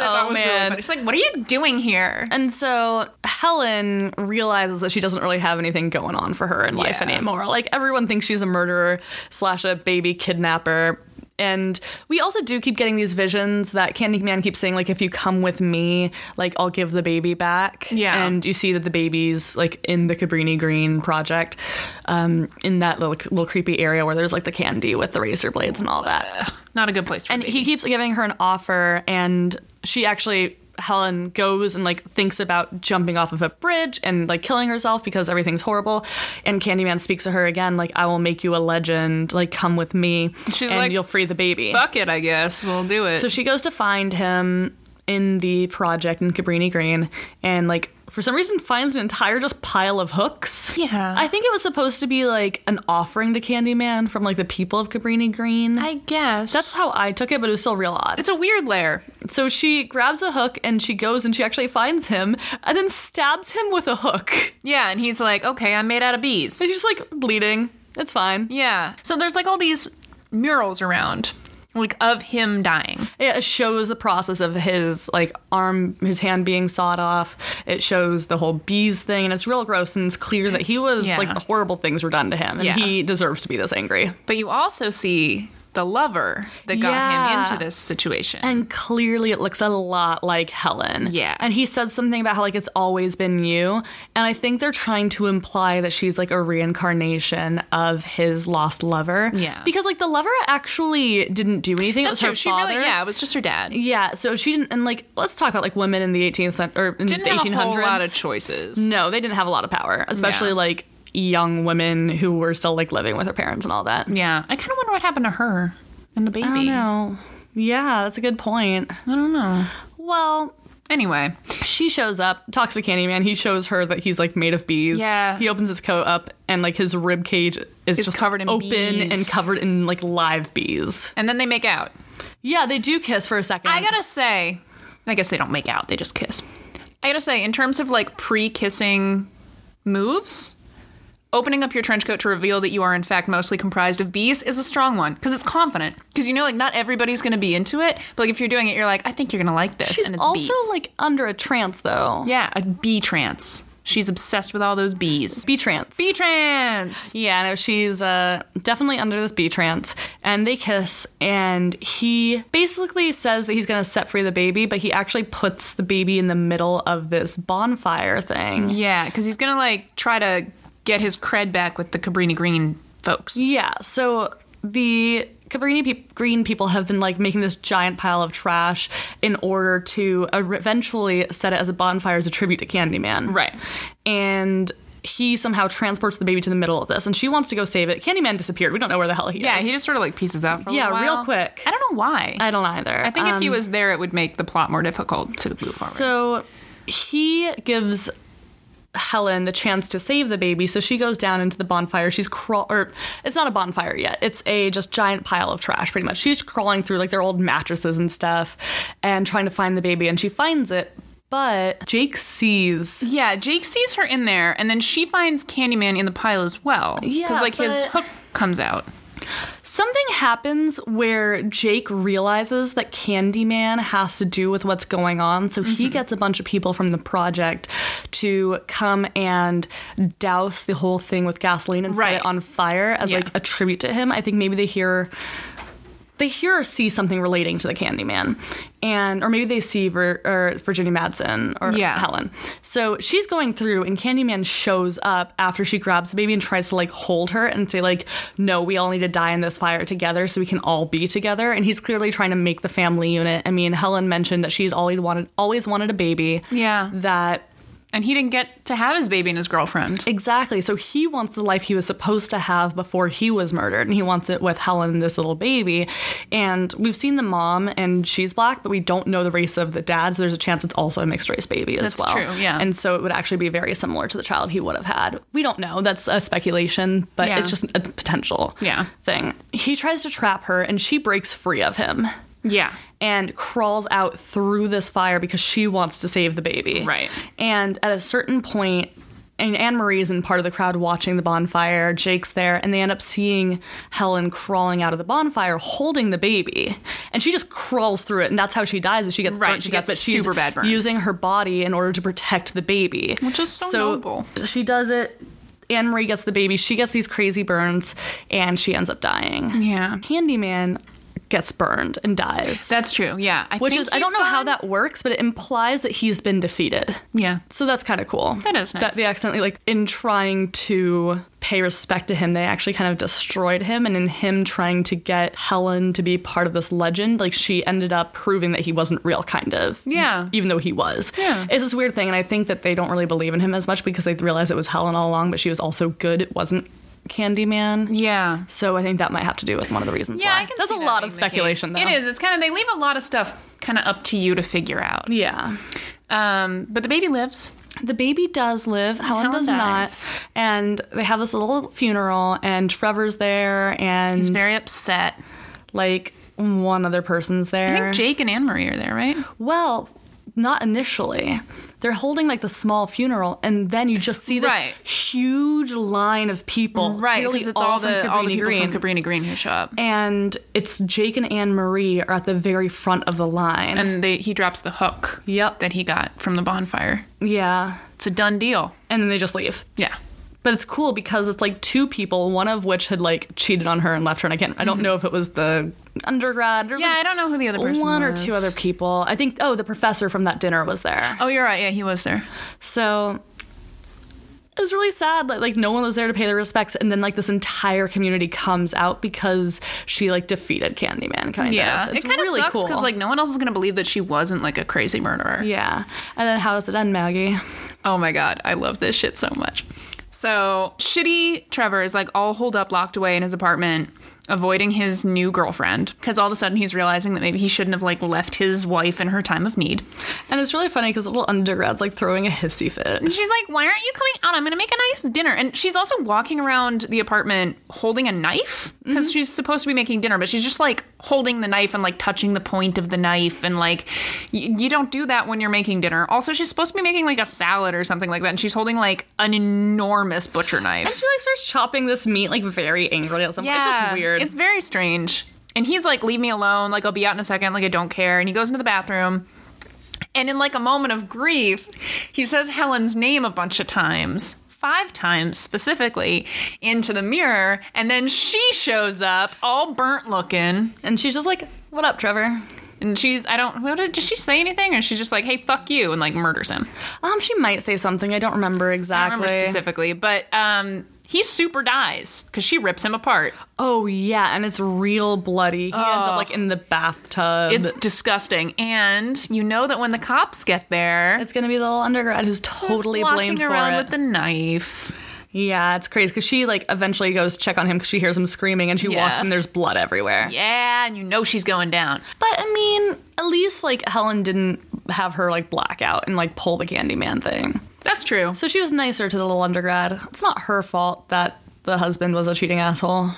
I thought was really
man.
funny. She's like, what are you doing here?
And so Helen realizes that she doesn't really have anything going on for her in life
Yeah.
anymore. Like everyone thinks she's a murderer slash a baby kidnapper. And we also do keep getting these visions that Candyman keeps saying, like, if you come with me, like, I'll give the baby back.
Yeah.
And you see that the baby's, like, in the Cabrini Green project, um, in that little, little creepy area where there's, like, the candy with the razor blades and all that.
Not a good place for
And
me.
he keeps giving her an offer, and she actually, Helen goes and like thinks about jumping off of a bridge and like killing herself because everything's horrible. And Candyman speaks to her again, like, I will make you a legend, like, come with me,
She's
and
like,
you'll free the baby.
Fuck it, I guess we'll do it.
So she goes to find him in the project in Cabrini Green and like for some reason finds an entire just pile of hooks.
Yeah.
I think it was supposed to be like an offering to Candyman from like the people of Cabrini Green.
I guess
That's how I took it, but it was still real odd.
It's a weird layer.
So she grabs a hook and she goes and she actually finds him and then stabs him with a hook.
Yeah, and he's like, okay, I'm made out of bees.
And he's just like bleeding. It's fine.
Yeah. So there's like all these murals around, like of him dying.
It shows the process of his like arm, his hand being sawed off. It shows the whole bees thing, and it's real gross. And it's clear that he
It's-
was
yeah.
like horrible things were done to him, and
Yeah.
he deserves to be this angry.
But you also see the lover that got
Yeah.
him into this situation.
And clearly, it looks a lot like Helen.
Yeah.
And he said something about how, like, it's always been you. And I think they're trying to imply that she's, like, a reincarnation of his lost lover.
Yeah.
Because, like, the lover actually didn't do anything.
That's
it was
true.
her
She
father.
really, yeah, it was just her dad.
Yeah, so she didn't, and like, let's talk about like women in the 18th century or in
Didn't
the
have
1800s.
a whole lot of choices.
no, they didn't have a lot of power, especially
Yeah.
like young women who were still like living with their parents and all that.
Yeah, I kind of wonder what happened to her and the baby.
I don't know. Yeah, that's a good point.
I don't know.
Well,
Anyway,
she shows up, talks to Candyman. He shows her that he's like made of bees.
Yeah.
He opens his coat up, and like his rib cage is
It's
just
covered in
open
bees.
and covered in like live bees.
and then they make out.
Yeah, they do kiss for a second.
I gotta say, I guess they don't make out, they just kiss. I gotta say, in terms of like pre kissing moves, opening up your trench coat to reveal that you are in fact mostly comprised of bees is a strong one because it's confident. Because you know, like, not everybody's gonna be into it, but like, if you're doing it, you're like, I think you're gonna like this.
She's
and it's
also
bees.
like under a trance though.
yeah, a bee trance. She's obsessed with all those bees.
Bee trance.
Bee trance!
Yeah, no, she's uh, definitely under this bee trance, and they kiss, and he basically says that he's gonna set free the baby, but he actually puts the baby in the middle of this bonfire thing.
Yeah, because he's gonna like try to get his cred back with the Cabrini Green folks.
Yeah, so the Cabrini peop Green people have been like making this giant pile of trash in order to eventually set it as a bonfire as a tribute to Candyman.
Right.
And he somehow transports the baby to the middle of this, and she wants to go save it. Candyman disappeared. We don't know where the hell he
Yeah,
is.
he just sort of like pieces out for a
Yeah,
little
real
while.
quick.
I don't know why.
I don't either.
I think if he was there, it would make the plot more difficult to move forward.
So he gives Helen the chance to save the baby, so she goes down into the bonfire. She's crawl or it's not a bonfire yet. It's a just giant pile of trash pretty much. She's crawling through like their old mattresses and stuff and trying to find the baby and she finds it, but Jake sees
Yeah, Jake sees her in there, and then she finds Candyman in the pile as well.
Yeah,
because like his
but-
hook comes out.
something happens where Jake realizes that Candyman has to do with what's going on, so
Mm-hmm.
he gets a bunch of people from the project to come and douse the whole thing with gasoline and set
Right.
it on fire as
Yeah.
like a tribute to him. I think maybe they hear they hear or see something relating to the Candyman, and or maybe they see Vir, or Virginia Madsen or
Yeah.
Helen. So she's going through, and Candyman shows up after she grabs the baby and tries to like hold her and say like, "No, we all need to die in this fire together, so we can all be together." And he's clearly trying to make the family unit. I mean, Helen mentioned that she's always wanted always wanted a baby.
Yeah.
that
And he didn't get to have his baby and his girlfriend.
Exactly. So he wants the life he was supposed to have before he was murdered, and he wants it with Helen and this little baby. And we've seen the mom, and she's black, but we don't know the race of the dad, so there's a chance it's also a mixed race baby as
That's
well.
true, yeah.
And so it would actually be very similar to the child he would have had. We don't know. That's a speculation, but
Yeah.
it's just a potential
Yeah.
thing. He tries to trap her, and she breaks free of him
Yeah.
and crawls out through this fire because she wants to save the baby.
Right.
And at a certain point, and Anne Marie's in part of the crowd watching the bonfire. Jake's there, and they end up seeing Helen crawling out of the bonfire holding the baby. And she just crawls through it, and that's how she dies. Is she gets
Right,
burnt to
she
death,
gets
but she's
super bad burns.
using her body in order to protect the baby,
Which is so noble.
She does it. Anne Marie gets the baby. She gets these crazy burns, and she ends up dying.
Yeah.
Candyman gets burned and dies.
That's true. Yeah. I
Which
think
is, I
he's
don't know how
gone.
that works, but it implies that he's been defeated.
Yeah.
So that's kind of cool.
That is nice.
That they accidentally, like, in trying to pay respect to him, they actually kind of destroyed him. And in him trying to get Helen to be part of this legend, like, she ended up proving that he wasn't real, kind of.
Yeah.
Even though he was.
Yeah.
It's this weird thing. And I think that they don't really believe in him as much because they realize it was Helen all along, but she was also good. It wasn't Candyman.
Yeah.
So I think that might have to do with one of the reasons
Yeah,
why.
I can.
That's
see
a
that
lot of
being the
speculation,
case.
though.
It is. It's kind of they leave a lot of stuff kind of up to you to figure out.
Yeah.
Um, but the baby lives.
The baby does live. Helen,
Helen
does
dies.
not. And they have this little funeral, and Trevor's there, and
He's very upset.
like one other person's
I
there.
think Jake and Anne Marie are there, right?
well, not initially. They're holding like the small funeral, and then you just see this
Right.
huge line of people.
Because
clearly
it's all,
from
the all the
Cabrini
people
Green.
from Cabrini Green who show up,
and it's Jake and Anne Marie are at the very front of the line.
and they, he drops the hook.
Yep.
That he got from the bonfire.
yeah.
It's a done deal.
And then they just leave.
Yeah.
But it's cool because it's like two people, one of which had like cheated on her and left her. And I can't, I don't know if it was the undergrad. There's
Mm-hmm. Yeah,
like
I don't know who the other person
one
was.
or two other people. I think, oh, the professor from that dinner was there.
Oh, you're right. Yeah, he was there.
So it was really sad that like no one was there to pay their respects. And then like this entire community comes out because she like defeated Candyman kind
Yeah,
of. It's
it kind of
really
sucks
cool.
because like no one else is gonna believe that she wasn't like a crazy murderer.
yeah. And then how does it end, Maggie?
Oh my god, I love this shit so much. So shitty Trevor is like all holed up, locked away in his apartment, avoiding his new girlfriend because all of a sudden he's realizing that maybe he shouldn't have like left his wife in her time of need.
And it's really funny because little undergrad's like throwing a hissy fit.
And she's like, "Why aren't you coming out? I'm gonna make a nice dinner." And she's also walking around the apartment holding a knife because she's supposed to be making dinner, but she's just like holding the knife and like touching the point of the knife, and like y- you don't do that when you're making dinner. Also, she's supposed to be making like a salad or something like that, and she's holding like an enormous butcher knife.
She like starts chopping this meat like very angrily at someone. It's just weird.
It's very strange. And he's like, "Leave me alone. Like I'll be out in a second. Like I don't care." And he goes into the bathroom. And in like a moment of grief, he says Helen's name a bunch of times, five times specifically, into the mirror. And then she shows up, all burnt looking.
And she's just like, What up, Trevor?
And she's, I don't, what did, did she say anything? Or she's just like, hey, fuck you, and like murders him.
Um, she might say something. I don't remember
I
exactly.
don't remember specifically, but um, he super dies because she rips him apart.
Oh yeah, and it's real bloody. He ends up like in the bathtub.
It's disgusting. And you know that when the cops get there,
It's gonna be the little undergrad who's totally
he's walking
blamed for
around
it.
with the knife.
yeah, it's crazy because she like eventually goes to check on him because she hears him screaming and she
Yeah.
walks and there's blood everywhere.
Yeah, and you know she's going down.
But I mean, at least like Helen didn't have her like blackout and like pull the Candyman thing.
That's true.
So she was nicer to the little undergrad. It's not her fault that the husband was a cheating asshole.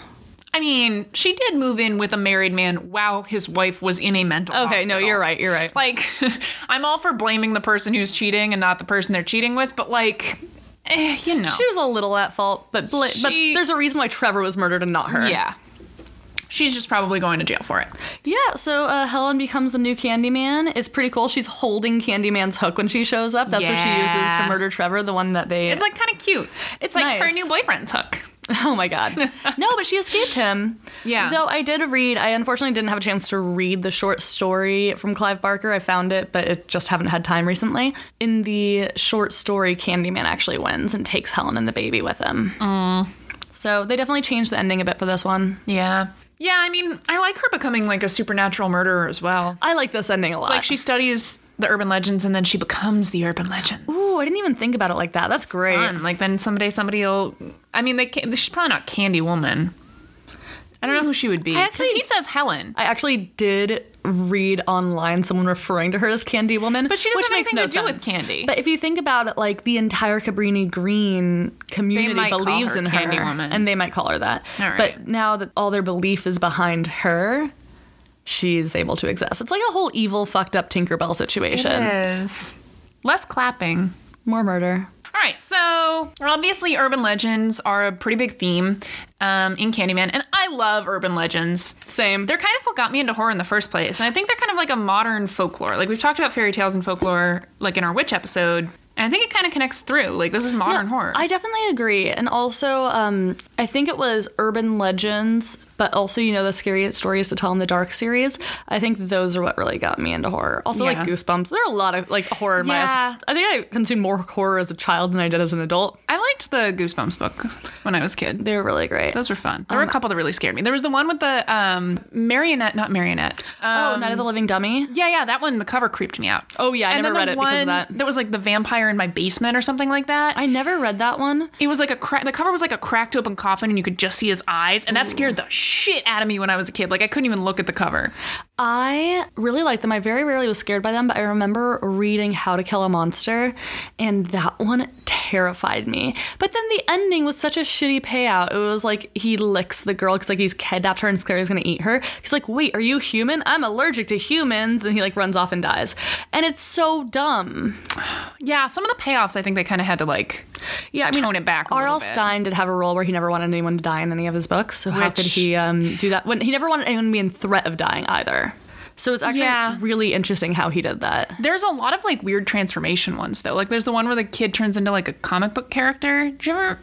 I mean, she did move in with a married man while his wife was in a mental
Okay, no,
hospital.
you're right. You're right.
Like, I'm all for blaming the person who's cheating and not the person they're cheating with, but like, eh, you know.
she was a little at fault, but bla- but
She-
there's a reason why Trevor was murdered and not her.
yeah. She's just probably going to jail for it.
Yeah, so uh, Helen becomes the new Candyman. It's pretty cool. She's holding Candyman's hook when she shows up. That's what she
Yeah.
uses to murder Trevor, the one that they.
It's like kind of cute. It's like her
Nice.
new boyfriend's hook.
oh my god. no, but she escaped him.
Yeah.
Though I did read, I unfortunately didn't have a chance to read the short story from Clive Barker. I found it, but it just haven't had time recently. In the short story, Candyman actually wins and takes Helen and the baby with him.
Mm.
So they definitely changed the ending a bit for this one.
Yeah. Yeah, I mean, I like her becoming like a supernatural murderer as well.
I like this ending a lot.
Like she studies the urban legends and then she becomes the urban legend.
Ooh, I didn't even think about it like that. That's great.
fun. Like then someday somebody will. I mean, they can, she's probably not Candy Woman. I don't know who she would be.
I actually-
Because he says Helen,
I actually did read online someone referring to her as Candy Woman,
But she doesn't
which
have
makes
anything
no
to do with
sense.
Candy.
But if you think about it, like the entire Cabrini Green community
might call
believes
her
in
Candy
her,
Woman.
and they might call her that.
All right.
But now that all their belief is behind her, she's able to exist. It's like a whole evil, fucked up Tinkerbell situation.
is less clapping.
More murder.
All right, so obviously urban legends are a pretty big theme um, in Candyman, and I love urban legends.
Same.
They're kind of what got me into horror in the first place, and I think they're kind of like a modern folklore. Like we've talked about fairy tales and folklore, like in our witch episode, and I think it kind of connects through. Like this is modern horror.
I definitely agree. And also, um, I think it was Urban Legends, but also, you know, the Scary Stories to Tell in the Dark series. I think those are what really got me into horror. Also,
Yeah.
like Goosebumps. There are a lot of, like, horror in
Yeah.
my I think I consumed more horror as a child than I did as an adult.
I liked the Goosebumps book when I was a kid.
They were really great.
Those were fun.
Um,
There were a couple that really scared me. There was the one with the um, marionette, not marionette.
oh,
Um,
Night of the Living Dummy.
yeah, yeah, that one. The cover creeped me out.
Oh, yeah, I
And
never
then
read
the
it because
one
of that.
That was like the vampire in my basement or something like that.
I never read that one.
it was like a crack. The cover was like a cracked open coffin, and you could just see his eyes, and that scared the shit out of me when I was a kid. Like I couldn't even look at the cover.
I really liked them. I very rarely was scared by them, but I remember reading How to Kill a Monster, and that one terrified me. But then the ending was such a shitty payout. It was like he licks the girl because like he's kidnapped her and scared he's gonna eat her. He's like, "Wait, are you human? I'm allergic to humans." And he like runs off and dies. And it's so dumb.
Yeah, some of the payoffs, I think they kind of had to like.
Yeah, I mean,
Tone it back a little
R.L.
bit.
Stein did have a role where he never wanted anyone to die in any of his books. So how
Which-
could he um, do that? When he never wanted anyone to be in threat of dying either. So it's actually
Yeah.
really interesting how he did that.
There's a lot of like weird transformation ones though. Like there's the one where the kid turns into like a comic book character. Did you ever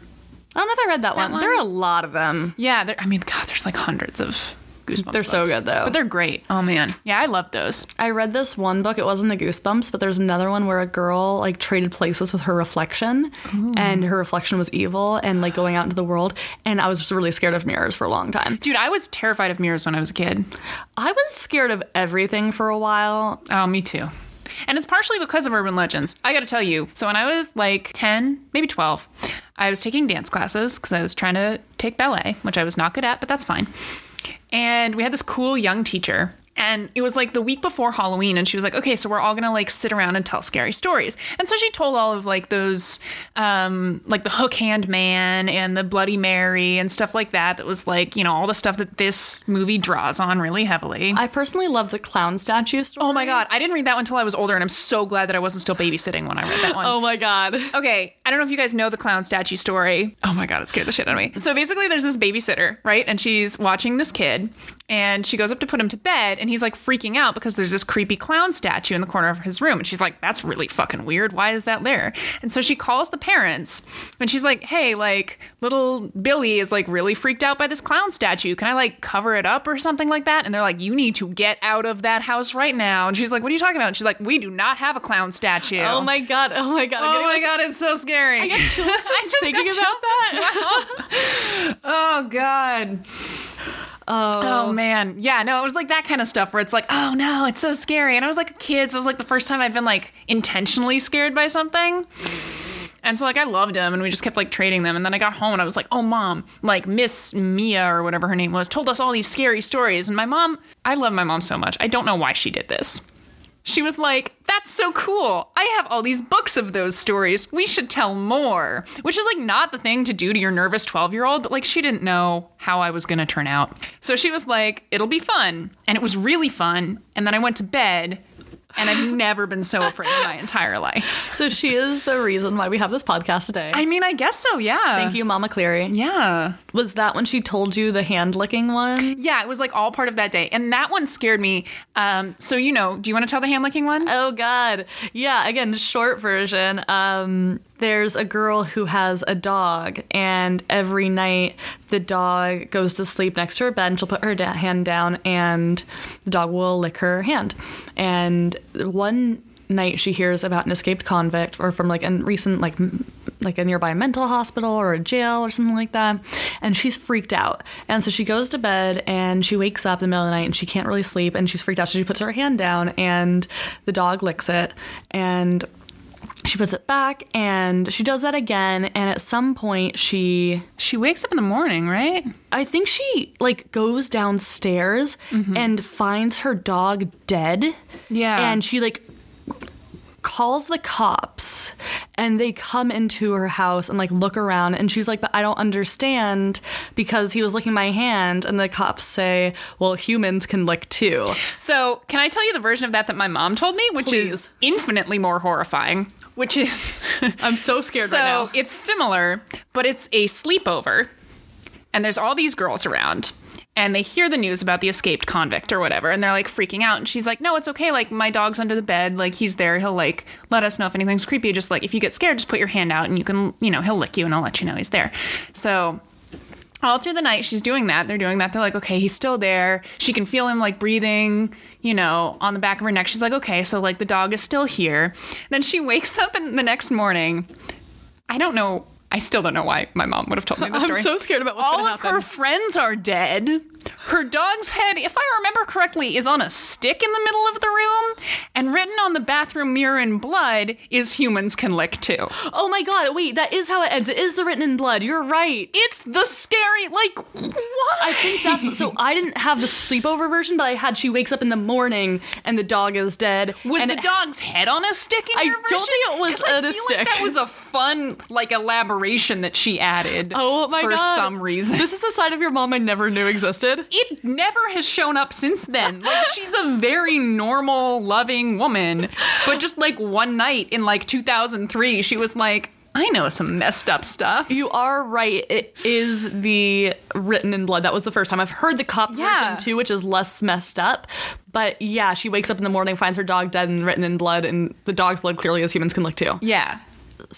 I don't know if I read that, one.
one?
There are a lot of them.
Yeah, there- I mean, God, there's like hundreds of Goosebumps.
They're so
books.
good, though.
but they're great. Oh man, yeah, I love those.
I read this one book. It wasn't the Goosebumps, but there's another one where a girl like traded places with her reflection, and her reflection was evil and like going out into the world. And I was just really scared of mirrors for a long time.
Dude, I was terrified of mirrors when I was a kid.
I was scared of everything for a while.
Oh, me too. And it's partially because of urban legends. I gotta tell you. So when I was like ten, maybe twelve, I was taking dance classes because I was trying to take ballet, which I was not good at, but that's fine. and we had this cool young teacher and it was like the week before halloween and she was like okay so we're all gonna like sit around and tell scary stories and so she told all of like those um like the hook hand man and the bloody mary and stuff like that that was like you know all the stuff that this movie draws on really heavily
I personally love the clown statue story.
oh my god i didn't read that one until i was older and i'm so glad that i wasn't still babysitting when i read that one
Oh my god.
Okay, I don't know if you guys know the clown statue story. Oh my god, it scared the shit out of me. So basically, there's this babysitter, right? And she's watching this kid, And she goes up to put him to bed, and he's like freaking out because there's this creepy clown statue in the corner of his room. And she's like, that's really fucking weird. Why is that there? And so she calls the parents and she's like, hey, like little Billy is like really freaked out by this clown statue. Can I like cover it up or something like that? And they're like, you need to get out of that house right now. And she's like, what are you talking about? And she's like, we do not have a clown statue.
Oh my god! Oh my god! I'm
Oh
getting,
my
like,
god, it's so scary. I
got chills just thinking about
that. oh god.
Oh,
Oh man. Yeah, no, it was like that kind of stuff where it's like, oh no, it's so scary. And I was like a kid, so it was like the first time I've been like intentionally scared by something. And so like I loved them and we just kept like trading them. And then I got home and I was like, oh mom, like Miss Mia or whatever her name was, told us all these scary stories. And my mom, I love my mom so much. I don't know why she did this. She was like, That's so cool. I have all these books of those stories. We should tell more. Which is like not the thing to do to your nervous 12 year old, but like she didn't know how I was going to turn out. So she was like, It'll be fun. And it was really fun. And then I went to bed and I've never been so afraid in my entire life.
so she is the reason why we have this podcast today.
I mean, I guess so, yeah.
Thank you, Mama Cleary.
Yeah.
Was that when she told you the hand licking one?
Yeah, it was like all part of that day. And that one scared me. Um, so, you know, do you want to tell the hand licking one?
Oh God! Yeah, again, short version. Um, there's a girl who has a dog, and every night the dog goes to sleep next to her bed, and she'll put her da- hand down, and the dog will lick her hand. And one night she hears about an escaped convict, or from like a recent like m- like a nearby mental hospital or a jail or something like that, and she's freaked out. And so she goes to bed, and she wakes up in the middle of the night, and she can't really sleep, and she's freaked out. So she puts her hand down, and the dog licks it, and she puts it back and she does that again and at some point she
She wakes up in the morning, right?
i think she like goes downstairs and finds her dog dead
Yeah.
and she like calls the cops and they come into her house and like look around and she's like but i don't understand because he was licking my hand and the cops say well humans can lick too
So, can I tell you the version of that that my mom told me, which
Please.
is infinitely more horrifying? Which is
i'm so scared
so
right now
it's similar, but it's a sleepover, and there's all these girls around. And they hear the news about the escaped convict or whatever, and they're like freaking out. And she's like, "No, it's okay. Like my dog's under the bed. Like he's there. He'll like let us know if anything's creepy. Just like if you get scared, just put your hand out, and you can, you know, he'll lick you, and I'll let you know he's there." So all through the night she's doing that they're doing that they're like okay he's still there she can feel him like breathing you know on the back of her neck she's like okay so like the dog is still here then she wakes up in the next morning i don't know i still don't know why my mom would have told me this
i'm
story
so scared about what's
all
gonna
of
happen
her friends are dead her dog's head if i remember correctly is on a stick in the middle of the room and written on the bathroom mirror in blood is humans can lick too
oh my god wait that is how it ends it is the written in blood you're right
it's the scary like what
I think that's so. I didn't have the sleepover version, but I had she wakes up in the morning and the dog is dead.
Was
and
the
it-
dog's head on a stick in
I
your
don't
version?
think it was
'Cause I
on a
feel like
stick.
that was a fun like elaboration that she added.
Oh my
for
god!
some reason.
this is a side of your mom I never knew existed.
It never has shown up since then. Like she's a very normal, loving woman, but just like one night in like 2003, she was like, "I know some messed up stuff."
You are right. It is the written in blood. That was the first time I've heard the cop
Yeah.
version too, which is less messed up. But yeah, she wakes up in the morning, finds her dog dead and written in blood, and the dog's blood clearly as humans can look too.
Yeah.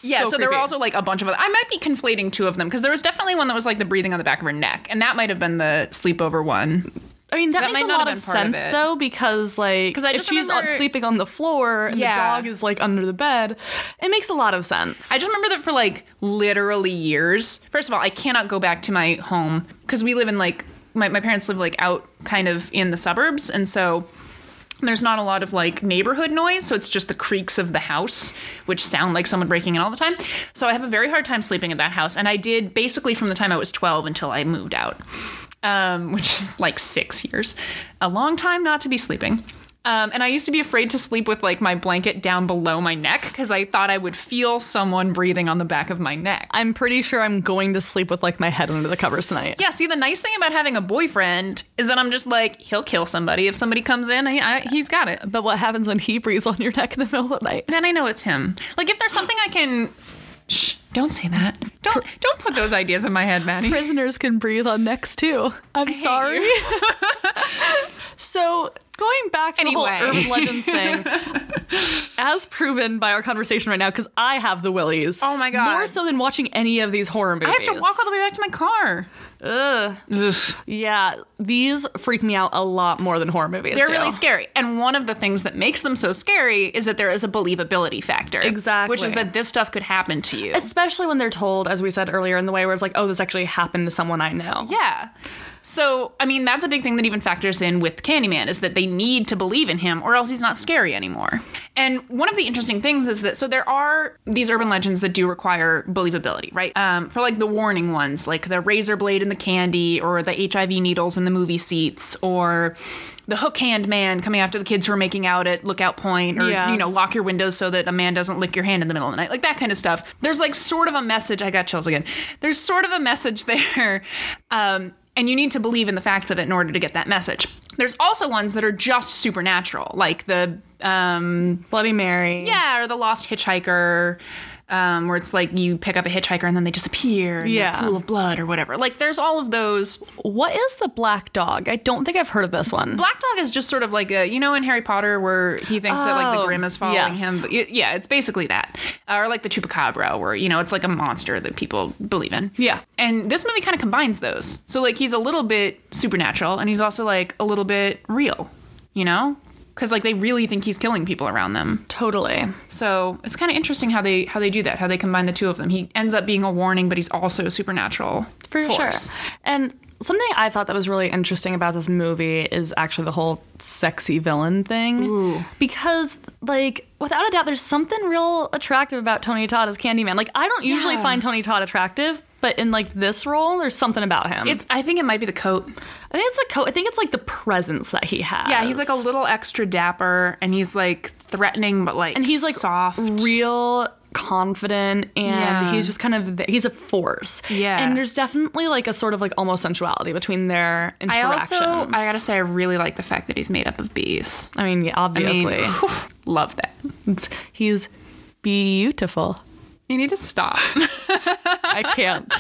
Yeah, so,
So
there were
creepy.
also like a bunch of other. I might be conflating two of them because there was definitely one that was like the breathing on the back of her neck, and that might have been the sleepover one.
I mean, that,
That
makes
might
a
not
lot
have
of
been part of
sense
it.
though, because like
'Cause I
if
just
she's
remember-
on, sleeping on the floor and
Yeah.
the dog is like under the bed, it makes a lot of sense.
I just remember that for like literally years. First of all, I cannot go back to my home because we live in like my, my parents live like out kind of in the suburbs, and so there's not a lot of like neighborhood noise, so it's just the creaks of the house, which sound like someone breaking in all the time. So I have a very hard time sleeping in that house, and I did basically from the time I was 12 until I moved out, um, which is like six years, a long time not to be sleeping. Um, and I used to be afraid to sleep with like my blanket down below my neck because I thought I would feel someone breathing on the back of my neck.
I'm pretty sure I'm going to sleep with like my head under the covers tonight.
Yeah, see, the nice thing about having a boyfriend is that I'm just like, he'll kill somebody. If somebody comes in, I, I, he's got it.
But what happens when he breathes on your neck in the middle of the night?
then I know it's him. Like if there's something I can Shh, don't say that. Don't don't put those ideas in my head, Maddie.
Prisoners can breathe on next too. I'm
hate
sorry. so going back to the whole
Anyway.
urban legends thing, as proven by our conversation right now, because I have the willies.
Oh my God.
More so than watching any of these horror movies.
I have to walk all the way back to my car.
Ugh. Yeah, these freak me out a lot more than horror movies.
They're
do.
really scary. And one of the things that makes them so scary is that there is a believability factor. Which
Exactly.
is that this stuff could happen to you.
Especially when they're told, as we said earlier, in the way where it's like, oh, this actually happened to someone I know.
Yeah. So, I mean, that's a big thing that even factors in with Candyman is that they need to believe in him or else he's not scary anymore. And one of the interesting things is that, so there are these urban legends that do require believability, right? Um, for like the warning ones, like the razor blade in the candy or the HIV needles in the movie seats or the hook hand man coming after the kids who are making out at Lookout Point or,
Yeah.
you know, lock your windows so that a man doesn't lick your hand in the middle of the night, like that kind of stuff. There's like sort of a message. I got chills again. There's sort of a message there, um, and you need to believe in the facts of it in order to get that message. There's also ones that are just supernatural, like the um,
Bloody Mary.
yeah, or the lost hitchhiker. Um, where it's like you pick up a hitchhiker and then they disappear, and yeah,
Yeah.
pool of blood or whatever. Like there's all of those.
What is the black dog? I don't think I've heard of this one.
Black Dog is just sort of like a you know in Harry Potter where he thinks that like the
Oh,
Grim is following
yes.
him. But y- yeah, it's basically that, uh, or like the Chupacabra, where you know it's like a monster that people believe in.
Yeah.
and this movie kind of combines those. So like he's a little bit supernatural, and he's also like a little bit real, you know, because like they really think he's killing people around them.
Totally.
So it's kind of interesting how they how they do that, how they combine the two of them. He ends up being a warning, but he's also a supernatural
For
force.
sure. And something I thought that was really interesting about this movie is actually the whole sexy villain thing. Because, like, without a doubt, there's something real attractive about Tony Todd as Candyman. Like, I don't usually
Yeah.
find Tony Todd attractive. But in like this role, there's something about him.
It's I think it might be the coat.
I think it's like co- I think it's like the presence that he has.
Yeah, he's like a little extra dapper, and he's like threatening, but like
and he's like
soft.
real confident and
Yeah.
he's just kind of th- he's a force
Yeah.
and there's definitely like a sort of like almost sensuality between their
I
interactions
also I gotta say I really like the fact that he's made up of bees.
I mean yeah,
I mean,
obviously
whew, love that.
It's- he's beautiful
You need to stop.
I can't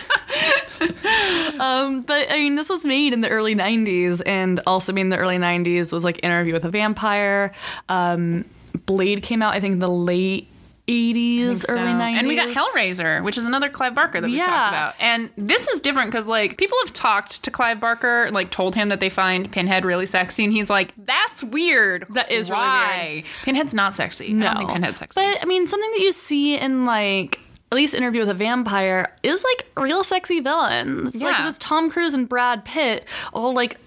um but I mean this was made in the early 90s and also made in the early 90s was like interview with a vampire um Blade came out I think in the late 80s early 90s
and we got Hellraiser, which is another Clive Barker that we
Yeah.
talked about. And this is different because like people have talked to Clive Barker, like told him that they find Pinhead really sexy, and he's like, "That's weird.
That is really
Why?
weird."
Pinhead's not sexy. I don't think Pinhead's sexy.
But I mean, something that you see in like at least interview with a vampire is like real sexy villains. Like 'cause
Yeah.
it's Tom Cruise and Brad Pitt, all like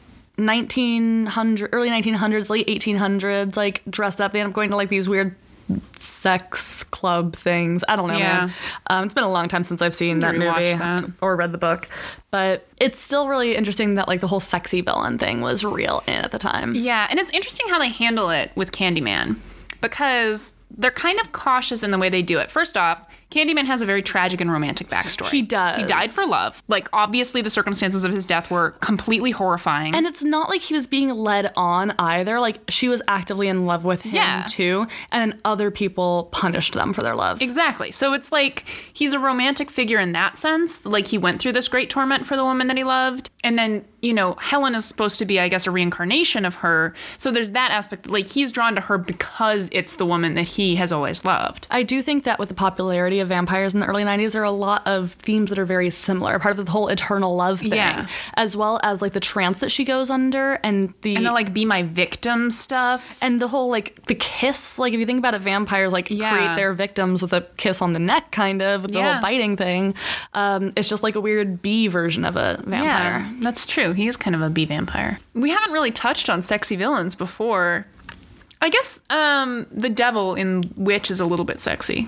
1900 early 1900s, late 1800s, like dressed up. They end up going to like these weird sex club things. I don't know,
Yeah.
man. Um, it's been a long time since I've seen that
need to rewatch
movie
that.
or read the book, but it's still really interesting that like the whole sexy villain thing was real in at the time.
Yeah, and it's interesting how they handle it with Candyman because they're kind of cautious in the way they do it. First off, Candyman has a very tragic and romantic backstory.
He does.
He died for love. Like, obviously, the circumstances of his death were completely horrifying.
And it's not like he was being led on either. Like she was actively in love with him
Yeah.
too, and then other people punished them for their love.
Exactly. So it's like he's a romantic figure in that sense. Like he went through this great torment for the woman that he loved. And then, you know, Helen is supposed to be, I guess, a reincarnation of her. So there's that aspect. Like he's drawn to her because it's the woman that he has always loved.
I do think that with the popularity of vampires in the early 90s, there are a lot of themes that are very similar. Part of the whole eternal love thing,
Yeah.
as well as like the trance that she goes under and the.
and the like be my victim stuff.
and the whole like the kiss, like if you think about it, vampires like
Yeah.
create their victims with a kiss on the neck, kind of with the
Yeah.
whole biting thing. Um, it's just like a weird bee version of a vampire.
Yeah, that's true. He is kind of a bee vampire. We haven't really touched on sexy villains before. I guess um, the devil in Witch is a little bit sexy.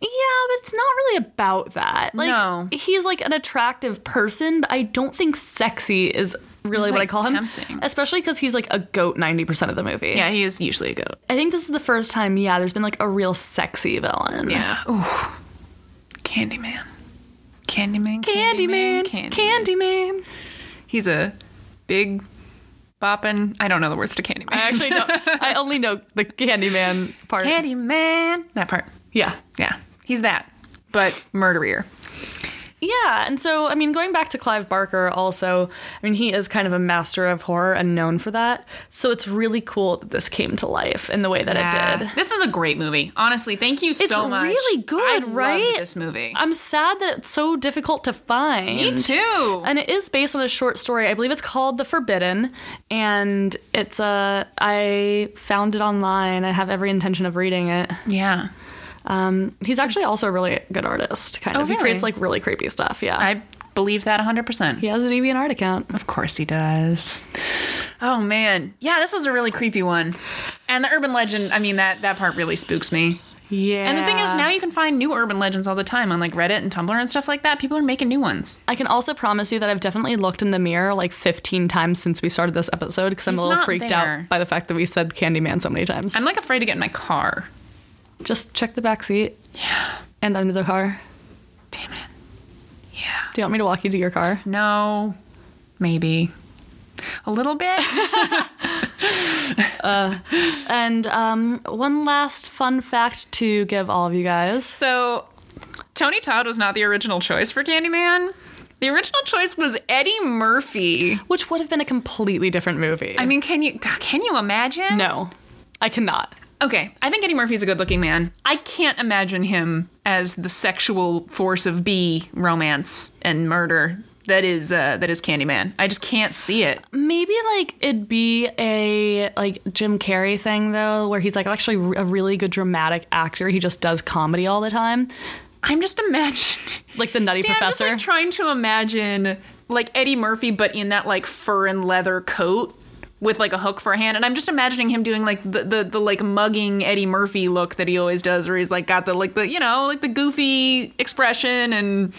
Yeah, but it's not really about that. Like
No.
he's like an attractive person, but I don't think sexy is really
He's,
what I
like,
call
tempting.
him. Especially because he's like a goat ninety percent of the movie.
Yeah, he is usually a goat.
I think this is the first time, yeah, there's been like a real sexy villain.
Yeah. Ooh. Candyman. Candyman.
Candyman.
Candyman.
Candyman.
He's a big boppin'. I don't know the words to Candyman.
I actually don't I only know the Candyman part.
Candyman. That part.
yeah.
Yeah. He's that. but murderier.
Yeah, and so I mean, going back to Clive Barker, also, I mean, he is kind of a master of horror and known for that. So it's really cool that this came to life in the way that it did.
This is a great movie. Honestly, thank you so much.
really good,
I loved
right?
this movie.
I'm sad that it's so difficult to find.
Me too.
And it is based on a short story. I believe it's called The Forbidden, and it's a. I found it online. I have every intention of reading it.
yeah.
Um, he's actually also a really good artist. Kind of,
Oh,
he
really?
creates like really creepy stuff. Yeah,
I believe that 100%.
he has an E DeviantArt account.
Of course he does. Oh man. Yeah, this was a really creepy one. And the urban legend, I mean that that part really spooks me.
Yeah.
And the thing is now you can find new urban legends all the time on like Reddit and Tumblr and stuff like that. People are making new ones.
I can also promise you that I've definitely looked in the mirror like 15 times since we started this episode because I'm
He's
a little
not
freaked
there.
out by the fact that we said Candyman so many times.
I'm like afraid to get in my car.
Just check the back seat. Yeah. And under the car.
Damn it. Yeah.
Do you want me to walk you to your car?
No. Maybe. A little bit.
And um, one last fun fact to give all of you guys.
So, Tony Todd was not the original choice for Candyman. The original choice was Eddie Murphy.
Which would have been a completely different movie.
I mean, can you can you imagine?
no, I cannot.
Okay, I think Eddie Murphy's a good-looking man. I can't imagine him as the sexual force of B romance and murder that is uh, that is Candyman. I just can't see it.
Maybe like it'd be a like Jim Carrey thing though, where he's like actually a really good dramatic actor. He just does comedy all the time,
I'm just imagining.
like the Nutty
See, I'm just
Professor.
like trying to imagine like Eddie Murphy, but in that like fur and leather coat with like a hook for a hand, and I'm just imagining him doing like the the, the like mugging Eddie Murphy look that he always does, where he's like got the like the you know like the goofy expression, and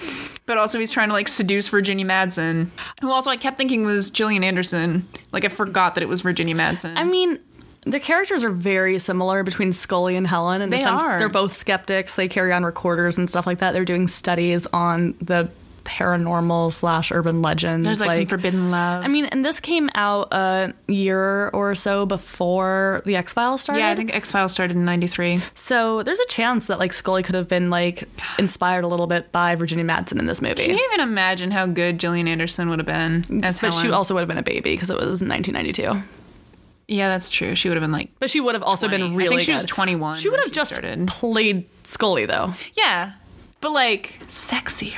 but also he's trying to like seduce Virginia Madsen, who also I kept thinking was Gillian Anderson. Like I forgot that it was Virginia Madsen.
I mean, the characters are very similar between Scully and Helen in
They
the sense
are.
they're both skeptics. They carry on recorders and stuff like that. They're doing studies on the paranormal slash urban legends.
There's like, some forbidden love.
I mean, and this came out a year or so before the X Files started.
yeah, I think X Files started in '93.
so. There's a chance that like Scully could have been like inspired a little bit by Virginia Madsen in this movie,
Can you even imagine how good Gillian Anderson would have been as
but
Helen?
she also would have been a baby because it was in 1992.
yeah, that's true. She would have been like
But she would have also
20. I
been
think
really.
she was
good.
21
She would
when
have
she
just
started.
played Scully though.
Yeah, but like sexier.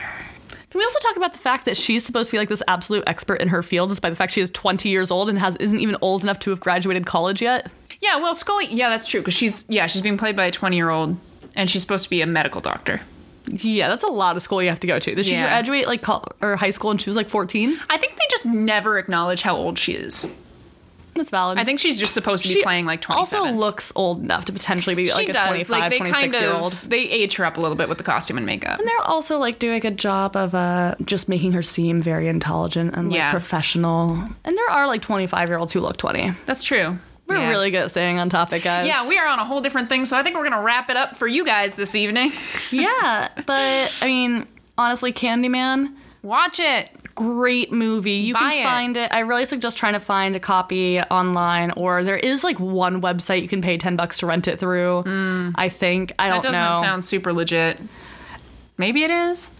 Can we also talk about the fact that she's supposed to be like this absolute expert in her field, despite the fact she is 20 years old and has isn't even old enough to have graduated college yet?
Yeah, well, Scully. Yeah, that's true because she's yeah she's being played by a twenty year old, and she's supposed to be a medical doctor.
Yeah, that's a lot of school you have to go to. Did she
Yeah.
graduate like col- or high school and she was like 14?
I think they just never acknowledge how old she is.
That's valid.
I think she's just supposed to be playing like twenty.
also looks old enough to potentially be like a 25, 26 year old.
they age her up a little bit with the costume and makeup.
They're also like doing a good job of uh, just making her seem very intelligent and like
Yeah.
professional. And there are like 25 year olds who look 20.
That's true.
We're
Yeah.
really good at staying on topic, guys.
Yeah, we are on a whole different thing, so I think we're gonna wrap it up for you guys this evening.
yeah, but I mean, honestly, Candyman.
Watch it.
great movie. You
Buy
can
it.
find it. I really suggest trying to find a copy online, or there is like one website you can pay ten bucks to rent it through. I think. I
Hmm. That
don't
doesn't
know.
sound super legit. Maybe it is.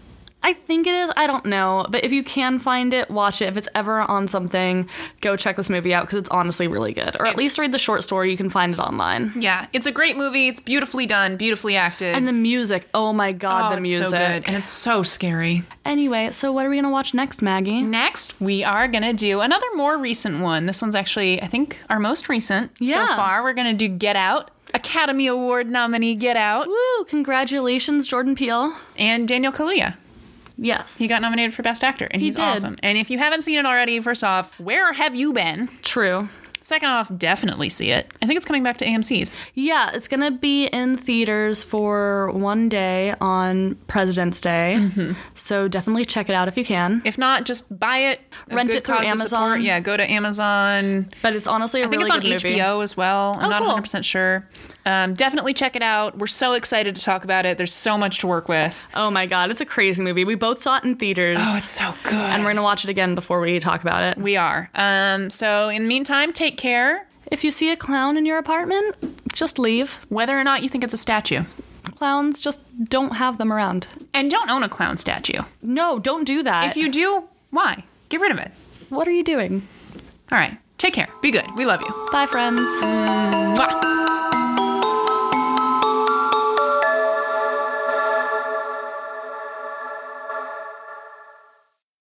I think it is. I don't know. But if you can find it, watch it. If it's ever on something, go check this movie out because it's honestly really good. Or at
It's-
least read the short story. You can find it online.
Yeah, it's a great movie. It's beautifully done, beautifully acted.
And the music. Oh my god, the music.
It's so good. And it's so scary.
Anyway, so what are we gonna watch next,
Mm.
Maggie?
Next, we are going to do another more recent one. This one's actually, I think, our most recent so
Yeah.
far. We're going to do Get Out, Academy Award nominee Get Out,
Woo! Congratulations, Jordan Peele.
and Daniel Kaluuya.
Yes.
He got nominated for Best Actor, and he's
did.
awesome. And if you haven't seen it already, first off, where have you been?
true.
Second off, definitely see it. I think it's coming back to AMC's.
Yeah, it's gonna be in theaters for one day on President's Day.
Mm-hmm.
So definitely check it out if you can.
If not, just buy it, A
Rent
good
it through
cause to support.
Amazon.
Yeah, go to Amazon.
But it's honestly a
I think
really good
it's on
movie.
HBO as well. I'm
Oh,
not
cool.
100% sure. Um, definitely check it out. We're so excited to talk about it. There's so much to work with.
Oh my god, it's a crazy movie. We both saw it in theaters.
so good.
and we're gonna watch it again before we talk about it.
we are. Um, so, in the meantime, take care
If you see a clown in your apartment, just leave.
whether or not you think it's a statue.
Clowns just don't have them around.
And don't own a clown statue.
No, don't do that.
If you do, why? Get rid of it.
what are you doing?
All right. Take care. Be good. We love you.
Bye, friends.
Mwah.